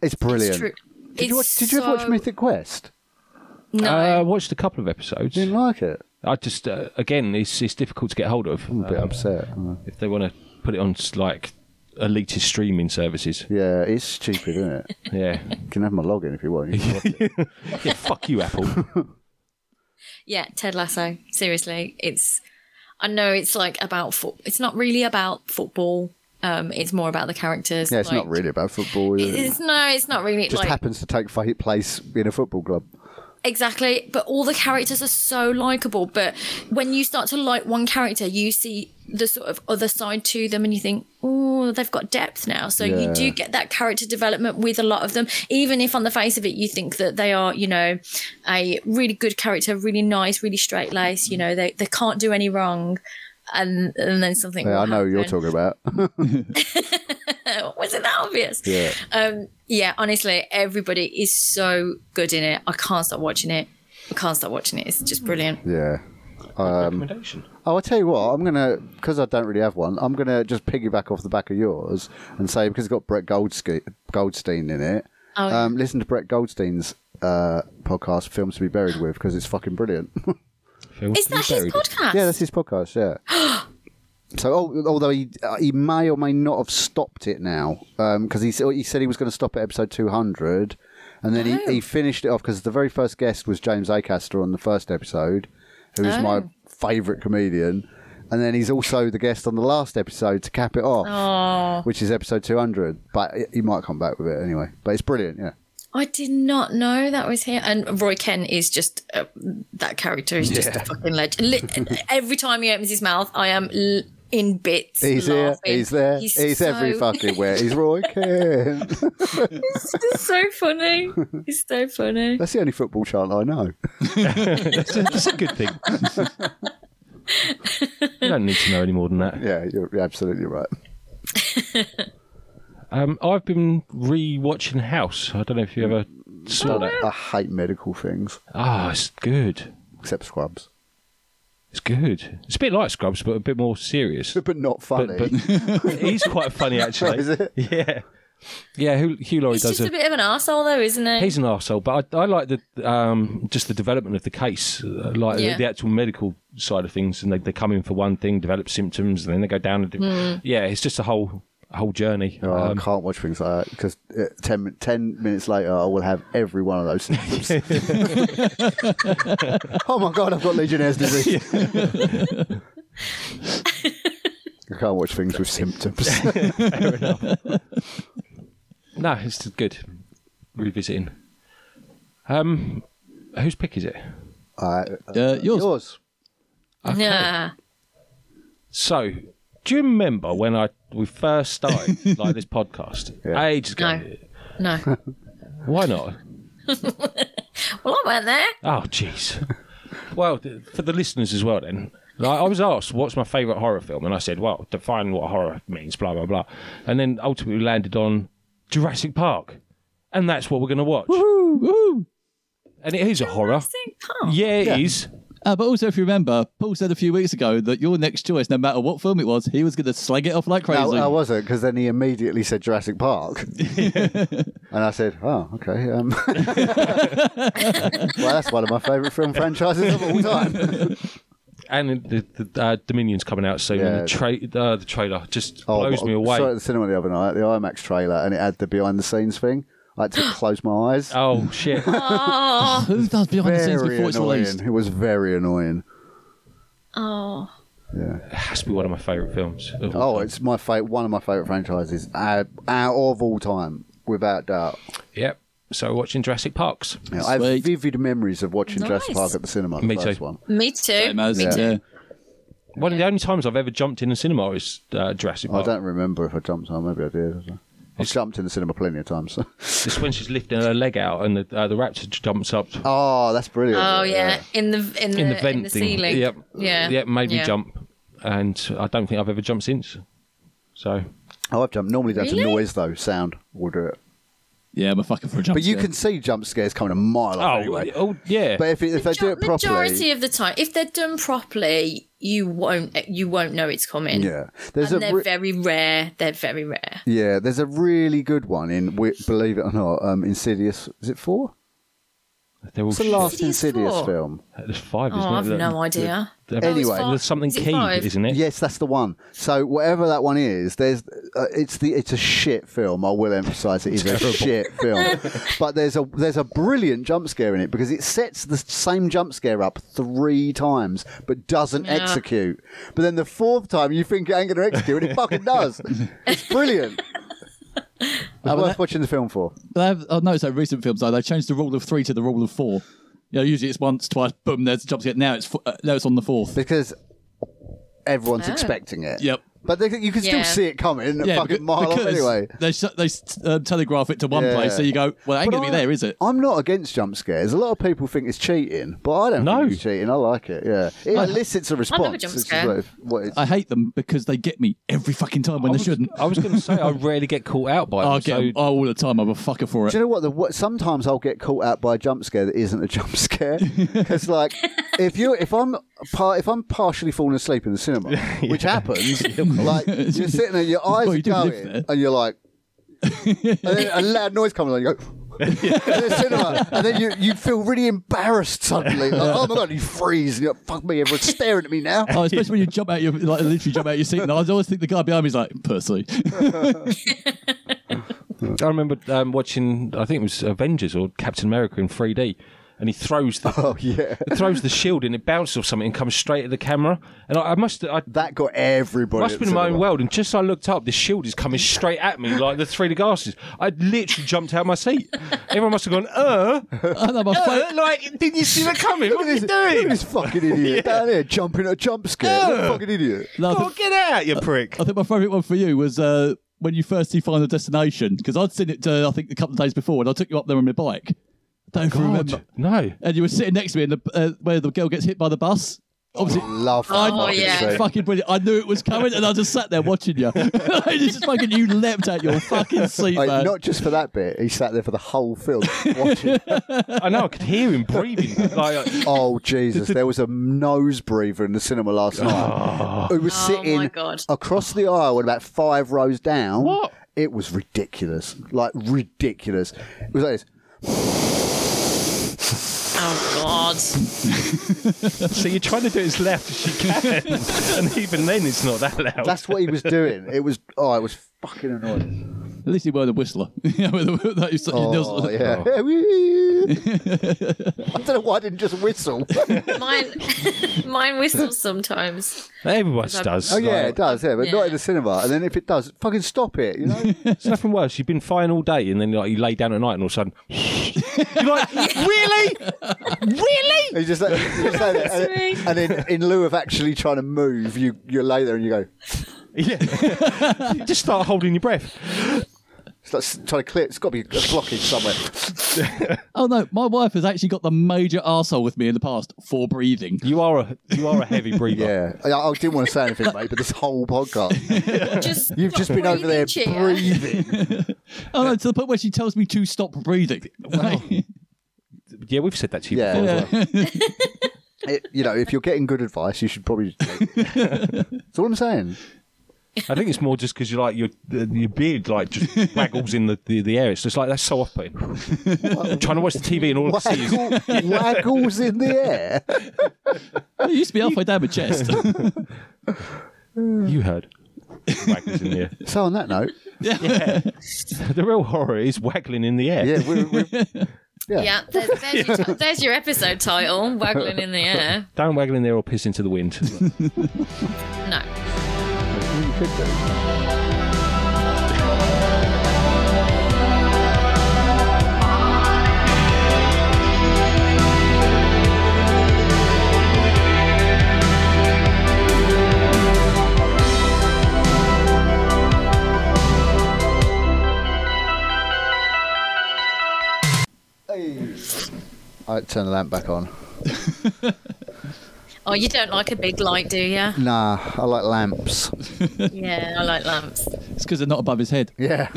It's brilliant. It's true. Did you watch? It's Did you ever watch so- Mythic Quest? No. Uh, I watched a couple of episodes. Didn't like it. I just uh, again, it's it's difficult to get hold of. I'm a bit Um, upset. Mm. if they want to put it on s- like elitist streaming services. Yeah, it's stupid, isn't it? [LAUGHS] Yeah, You can have my login if you want. You can watch it. [LAUGHS] yeah. Fuck you, Apple. Yeah, Ted Lasso. Seriously, it's. I know it's like about foot. It's not really about football. Um, it's more about the characters. Yeah, it's like- not really about football. Is it? It's no, it's not really It just like happens to take fa- place in a football club. exactly. But all the characters are so likable. But when you start to like one character, you see the sort of other side to them, and you think, oh, they've got depth now. So Yeah. you do get that character development with a lot of them, even if on the face of it you think that they are, you know, a really good character, really nice, really straight laced. You know, they they can't do any wrong. And, and then something. Yeah, will I know what you're happen. talking about. [LAUGHS] [LAUGHS] Was it that obvious? yeah. Um, yeah, honestly, everybody is so good in it. I can't stop watching it. I can't stop watching it. It's just brilliant. Yeah. Recommendation. Oh, I tell you what, I'm gonna because I don't really have one. I'm gonna just piggyback off the back of yours and say because it's got Brett Goldske- Goldstein in it. Oh, yeah. um, listen to Brett Goldstein's uh, podcast, "Films to Be Buried With," because it's fucking brilliant. [LAUGHS] Films Is to be that his buried. podcast? yeah, that's his podcast. Yeah. [GASPS] so, al- although he uh, he may or may not have stopped it now, because he he he said he was going to stop at episode 200, and then he, Oh. he finished it off because the very first guest was James Acaster on the first episode, who is my Oh. favourite comedian. And then he's also the guest on the last episode to cap it off, which is episode 200. But he- he might come back with it anyway. But it's brilliant, yeah. I did not know that was here. And Roy Ken is just uh, that character is just a fucking legend. Li- [LAUGHS] every time he opens his mouth, I am l- in bits. He's here, laughing. he's there, he's, every so- [LAUGHS] fucking where. He's Roy Kent. It's so funny. He's [LAUGHS] so funny. That's the only football chant I know. That's a, that's a good [LAUGHS] thing. you don't need to know any more than that. Yeah, you're absolutely right. Um, I've been re-watching House. I don't know if you ever saw Oh, that. I hate medical things, Ah, it's good. except scrubs, It's good. It's a bit like Scrubs, but a bit more serious. but not funny. But, but he's quite funny, [LAUGHS] actually. Is it? Yeah, yeah. Hugh, Hugh Laurie He's does just a bit of an arsehole, though, isn't he? He's an arsehole, but I, I like the um, just the development of the case, uh, like Yeah. the, the actual medical side of things, and they, they come in for one thing, develop symptoms, and then they go down. And do, Hmm. Yeah, it's just a whole whole journey. Oh, Um, I can't watch things like that because uh, 10, 10 minutes later, I will have every one of those [LAUGHS] symptoms. [LAUGHS] oh my god, I've got Legionnaire's disease. [LAUGHS] I can't watch things with [LAUGHS] symptoms. [LAUGHS] no, it's good revisiting. Um, whose pick is it? All right, uh, yours. yours. [LAUGHS] Nah. So, do you remember when I we first started like this podcast Yeah. ages ago? No. No. Why not? Well, I weren't there. Oh, jeez. well, th- for the listeners as well, then. Like, I was asked, what's my favourite horror film? And I said, well, define what horror means, blah, blah, blah. And then ultimately landed on Jurassic Park. And that's what we're going to watch. Woo, woo. And it is a horror. Jurassic Park. Yeah, it is. Uh, but also, if you remember, Paul said a few weeks ago that your next choice, no matter what film it was, he was going to slag it off like crazy. No, I wasn't, because then he immediately said Jurassic [LAUGHS] Park. and I said, oh, okay. Um. [LAUGHS] well, that's one of my favourite film franchises of all [LAUGHS] time. And the, the uh, Dominion's coming out soon. Yeah. Oh, And the, tra- uh, the trailer just blows I- me away. I saw it at the cinema the other night, the IMAX trailer, and it had the behind the scenes thing. I [GASPS] had to close my eyes. [LAUGHS] Oh [LAUGHS] shit! Who does behind the scenes very before it's annoying. released? It was very annoying. Oh, it has to be one of my favourite films. of all Oh, time. it's my fa- one of my favourite franchises out, out of all time, without doubt. yep. So watching Jurassic Parks. Yeah, I have Sweet. vivid memories of watching Jurassic Nice. Park at the cinema. the Me first too. One. me too. Same as, me yeah. too. One of the only times I've ever jumped in a cinema is uh, Jurassic I Park. don't remember if I jumped on. Maybe I did. I've jumped in the cinema plenty of times. [LAUGHS] So. It's when she's lifting her leg out and the, uh, the raptor jumps up Oh, that's brilliant. Oh yeah, in the Oh, in the in the vent thing. ceiling. Yep. Yeah. Yep. Made me Yeah. jump, and I don't think I've ever jumped since. So Oh, I've jumped normally down to Really? noise though. Sound will do it. Yeah, I'm a fucker for a jump. But you scare. can see jump scares coming a mile off anyway. oh yeah. But if, it, if they do it Majority properly, of the time, if they're done properly, you won't you won't know it's coming. yeah, there's and a they're re- very rare. They're very rare. yeah, there's a really good one in Wi- believe it or not, um, Insidious. Is it four? They're all uh, It's the last Insidious Insidious four? film. There's five, Oh, isn't I've it? The- no idea. the- Oh, it's Anyway, five. there's something Is it key, five? isn't Eh? it? Yes, that's the one. So whatever that one is, there's uh, it's the it's a shit film. I will emphasise it is a shit film, [LAUGHS] but there's a there's a brilliant jump scare in it because it sets the same jump scare up three times but doesn't Yeah. execute. But then the fourth time you think it ain't going to execute, and it fucking does. It's brilliant. It's worth watching the film for. But I've, I've noticed over oh, recent films though they changed the rule of three to the rule of four. You know, usually it's once, twice, boom, there's a jump scare. Now it's fo- uh, now it's on the fourth. because everyone's Oh. expecting it. Yep. But they, you can still Yeah. see it coming a Yeah, fucking becau- mile off because anyway. They sh- they s- um, telegraph it to one Yeah. place, so you go, well, it ain't But gonna be I- there, is it? I'm not against jump scares. A lot of people think it's cheating, but I don't No. think it's cheating. I like it. Yeah, it elicits a response. jump which is scare. what it- what it- I hate them because they get me every fucking time when I they was, shouldn't. I was going to say I rarely get caught out by them. I get so- them all the time. I'm a fucker for it. do you know what? The, what? Sometimes I'll get caught out by a jump scare that isn't a [LAUGHS] jump [LAUGHS] scare. Because like, if you if I'm par- if I'm partially falling asleep in the cinema, which [LAUGHS] happens, like you're sitting there, your eyes Well, are you do live going, there. and you're like, and then a loud noise comes on, you go. [LAUGHS] in the cinema, and then you, you feel really embarrassed suddenly. Like, oh my god, you freeze! And you're like, Fuck me, everyone's staring at me now. Oh, especially when you jump out your like literally jump out your seat, and I always think the guy behind me is like pussy. [LAUGHS] I remember um, watching. I think it was Avengers or Captain America in 3D, and he throws the [LAUGHS] Oh yeah, he throws the shield and it bounces off something and comes straight at the camera. And I, I must I that got everybody. must at have been the in my own cinema. world. And just as I looked up, the shield is coming straight at me like the 3D glasses. I literally jumped out of my seat. Everyone must have gone, [LAUGHS] uh, I know my fa- uh like did you see that coming? What are you Look at doing? this fucking [LAUGHS] idiot down here jumping at a jump scare. What a fucking idiot. no, I Oh, think- get out, you prick! I think my favourite one for you was uh, when you first see Final Destination because I'd seen it uh, I think a couple of days before and I took you up there on my bike. I Oh, don't remember. No. And you were sitting next to me, and the, uh, where the girl gets hit by the bus. Obviously, Love that I- Oh, fucking yeah. scene. fucking brilliant. I knew it was coming, and I just sat there watching you. [LAUGHS] I just fucking you leapt at your fucking seat, Like, man. not just for that bit, he sat there for the whole film watching. I know, I could hear him breathing. Like, uh, oh, Jesus. There was a nose breather in the cinema last night who was Oh, sitting my God. across the aisle and about five rows down. What? It was ridiculous. Like, ridiculous. It was like this. Oh God. so you're trying to do it as loud as you can, and even then it's not that loud. That's what he was doing. It was, oh, it was fucking annoying. At least you weren't a whistler. [LAUGHS] You know, with the- that you- you Oh, know- yeah. I don't know why [LAUGHS] I didn't just whistle. Mine, mine [LAUGHS] whistles sometimes. Everyone does. Oh yeah, like- it does. Yeah, but Yeah. not in the cinema. And then if it does, fucking stop it. You know, It's nothing worse. You've been fine all day, and then like, you lay down at night, and all of a sudden, [LAUGHS] [LAUGHS] you're like, really? [LAUGHS] you just, like, you just lay there, and, Sorry. and then in lieu of actually trying to move, you you lay there and you go, Yeah. You just start holding your breath. it's like s- trying to clear. It's got to be a blockage somewhere. Oh no, my wife has actually got the major arsehole with me in the past for breathing. You are a you are [LAUGHS] a heavy breather. Yeah, I, I didn't want to say anything, mate, but this whole podcast, Just you've just been over there cheer. breathing. Oh no, to the point where she tells me to stop breathing. Yeah, we've said that to you Yeah. before. as well. it, you know, if you're getting good advice, you should probably. just take it. That's all I'm saying. I think it's more just because you like your your beard like [LAUGHS] just waggles in the, the, the air. It's just like that's so off putting. [LAUGHS] Trying to watch the TV and all I see is Waggle, waggles in the air. It used to be halfway down my chest. you heard. Waggles in the air. [LAUGHS] So on that note, The real horror is waggling in the air. yeah, we're, we're, Yeah, there's, there's, your, ti- there's your episode title, Waggling in the Air. Don't waggle in the air or piss into the wind. [LAUGHS] No. I turn the lamp back on. Oh, you don't like a big light, [LAUGHS] do you? Nah, I like lamps. Yeah, I like lamps. it's because they're not above his head. Yeah,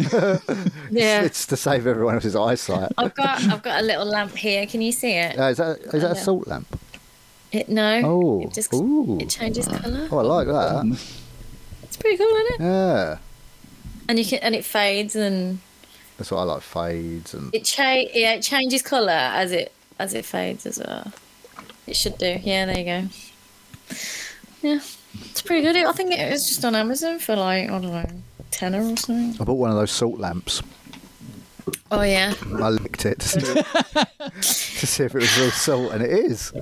[LAUGHS] Yeah. it's to save everyone else's eyesight. I've got I've got a little lamp here. Can you see it? Uh, is that is that a salt lamp? It no. Oh, It just ooh. it changes colour. Oh, I like that. It's pretty cool, isn't it? Yeah, And you can and it fades and that's what I like. Fades and it cha- yeah, it changes colour as it as it fades as well. It should do. Yeah, there you go. Yeah. It's pretty good. I think it was just on Amazon for like, I don't know, tenner or something. I bought one of those salt lamps. Oh yeah. [LAUGHS] I licked it to see, to see if it was real salt, and it is.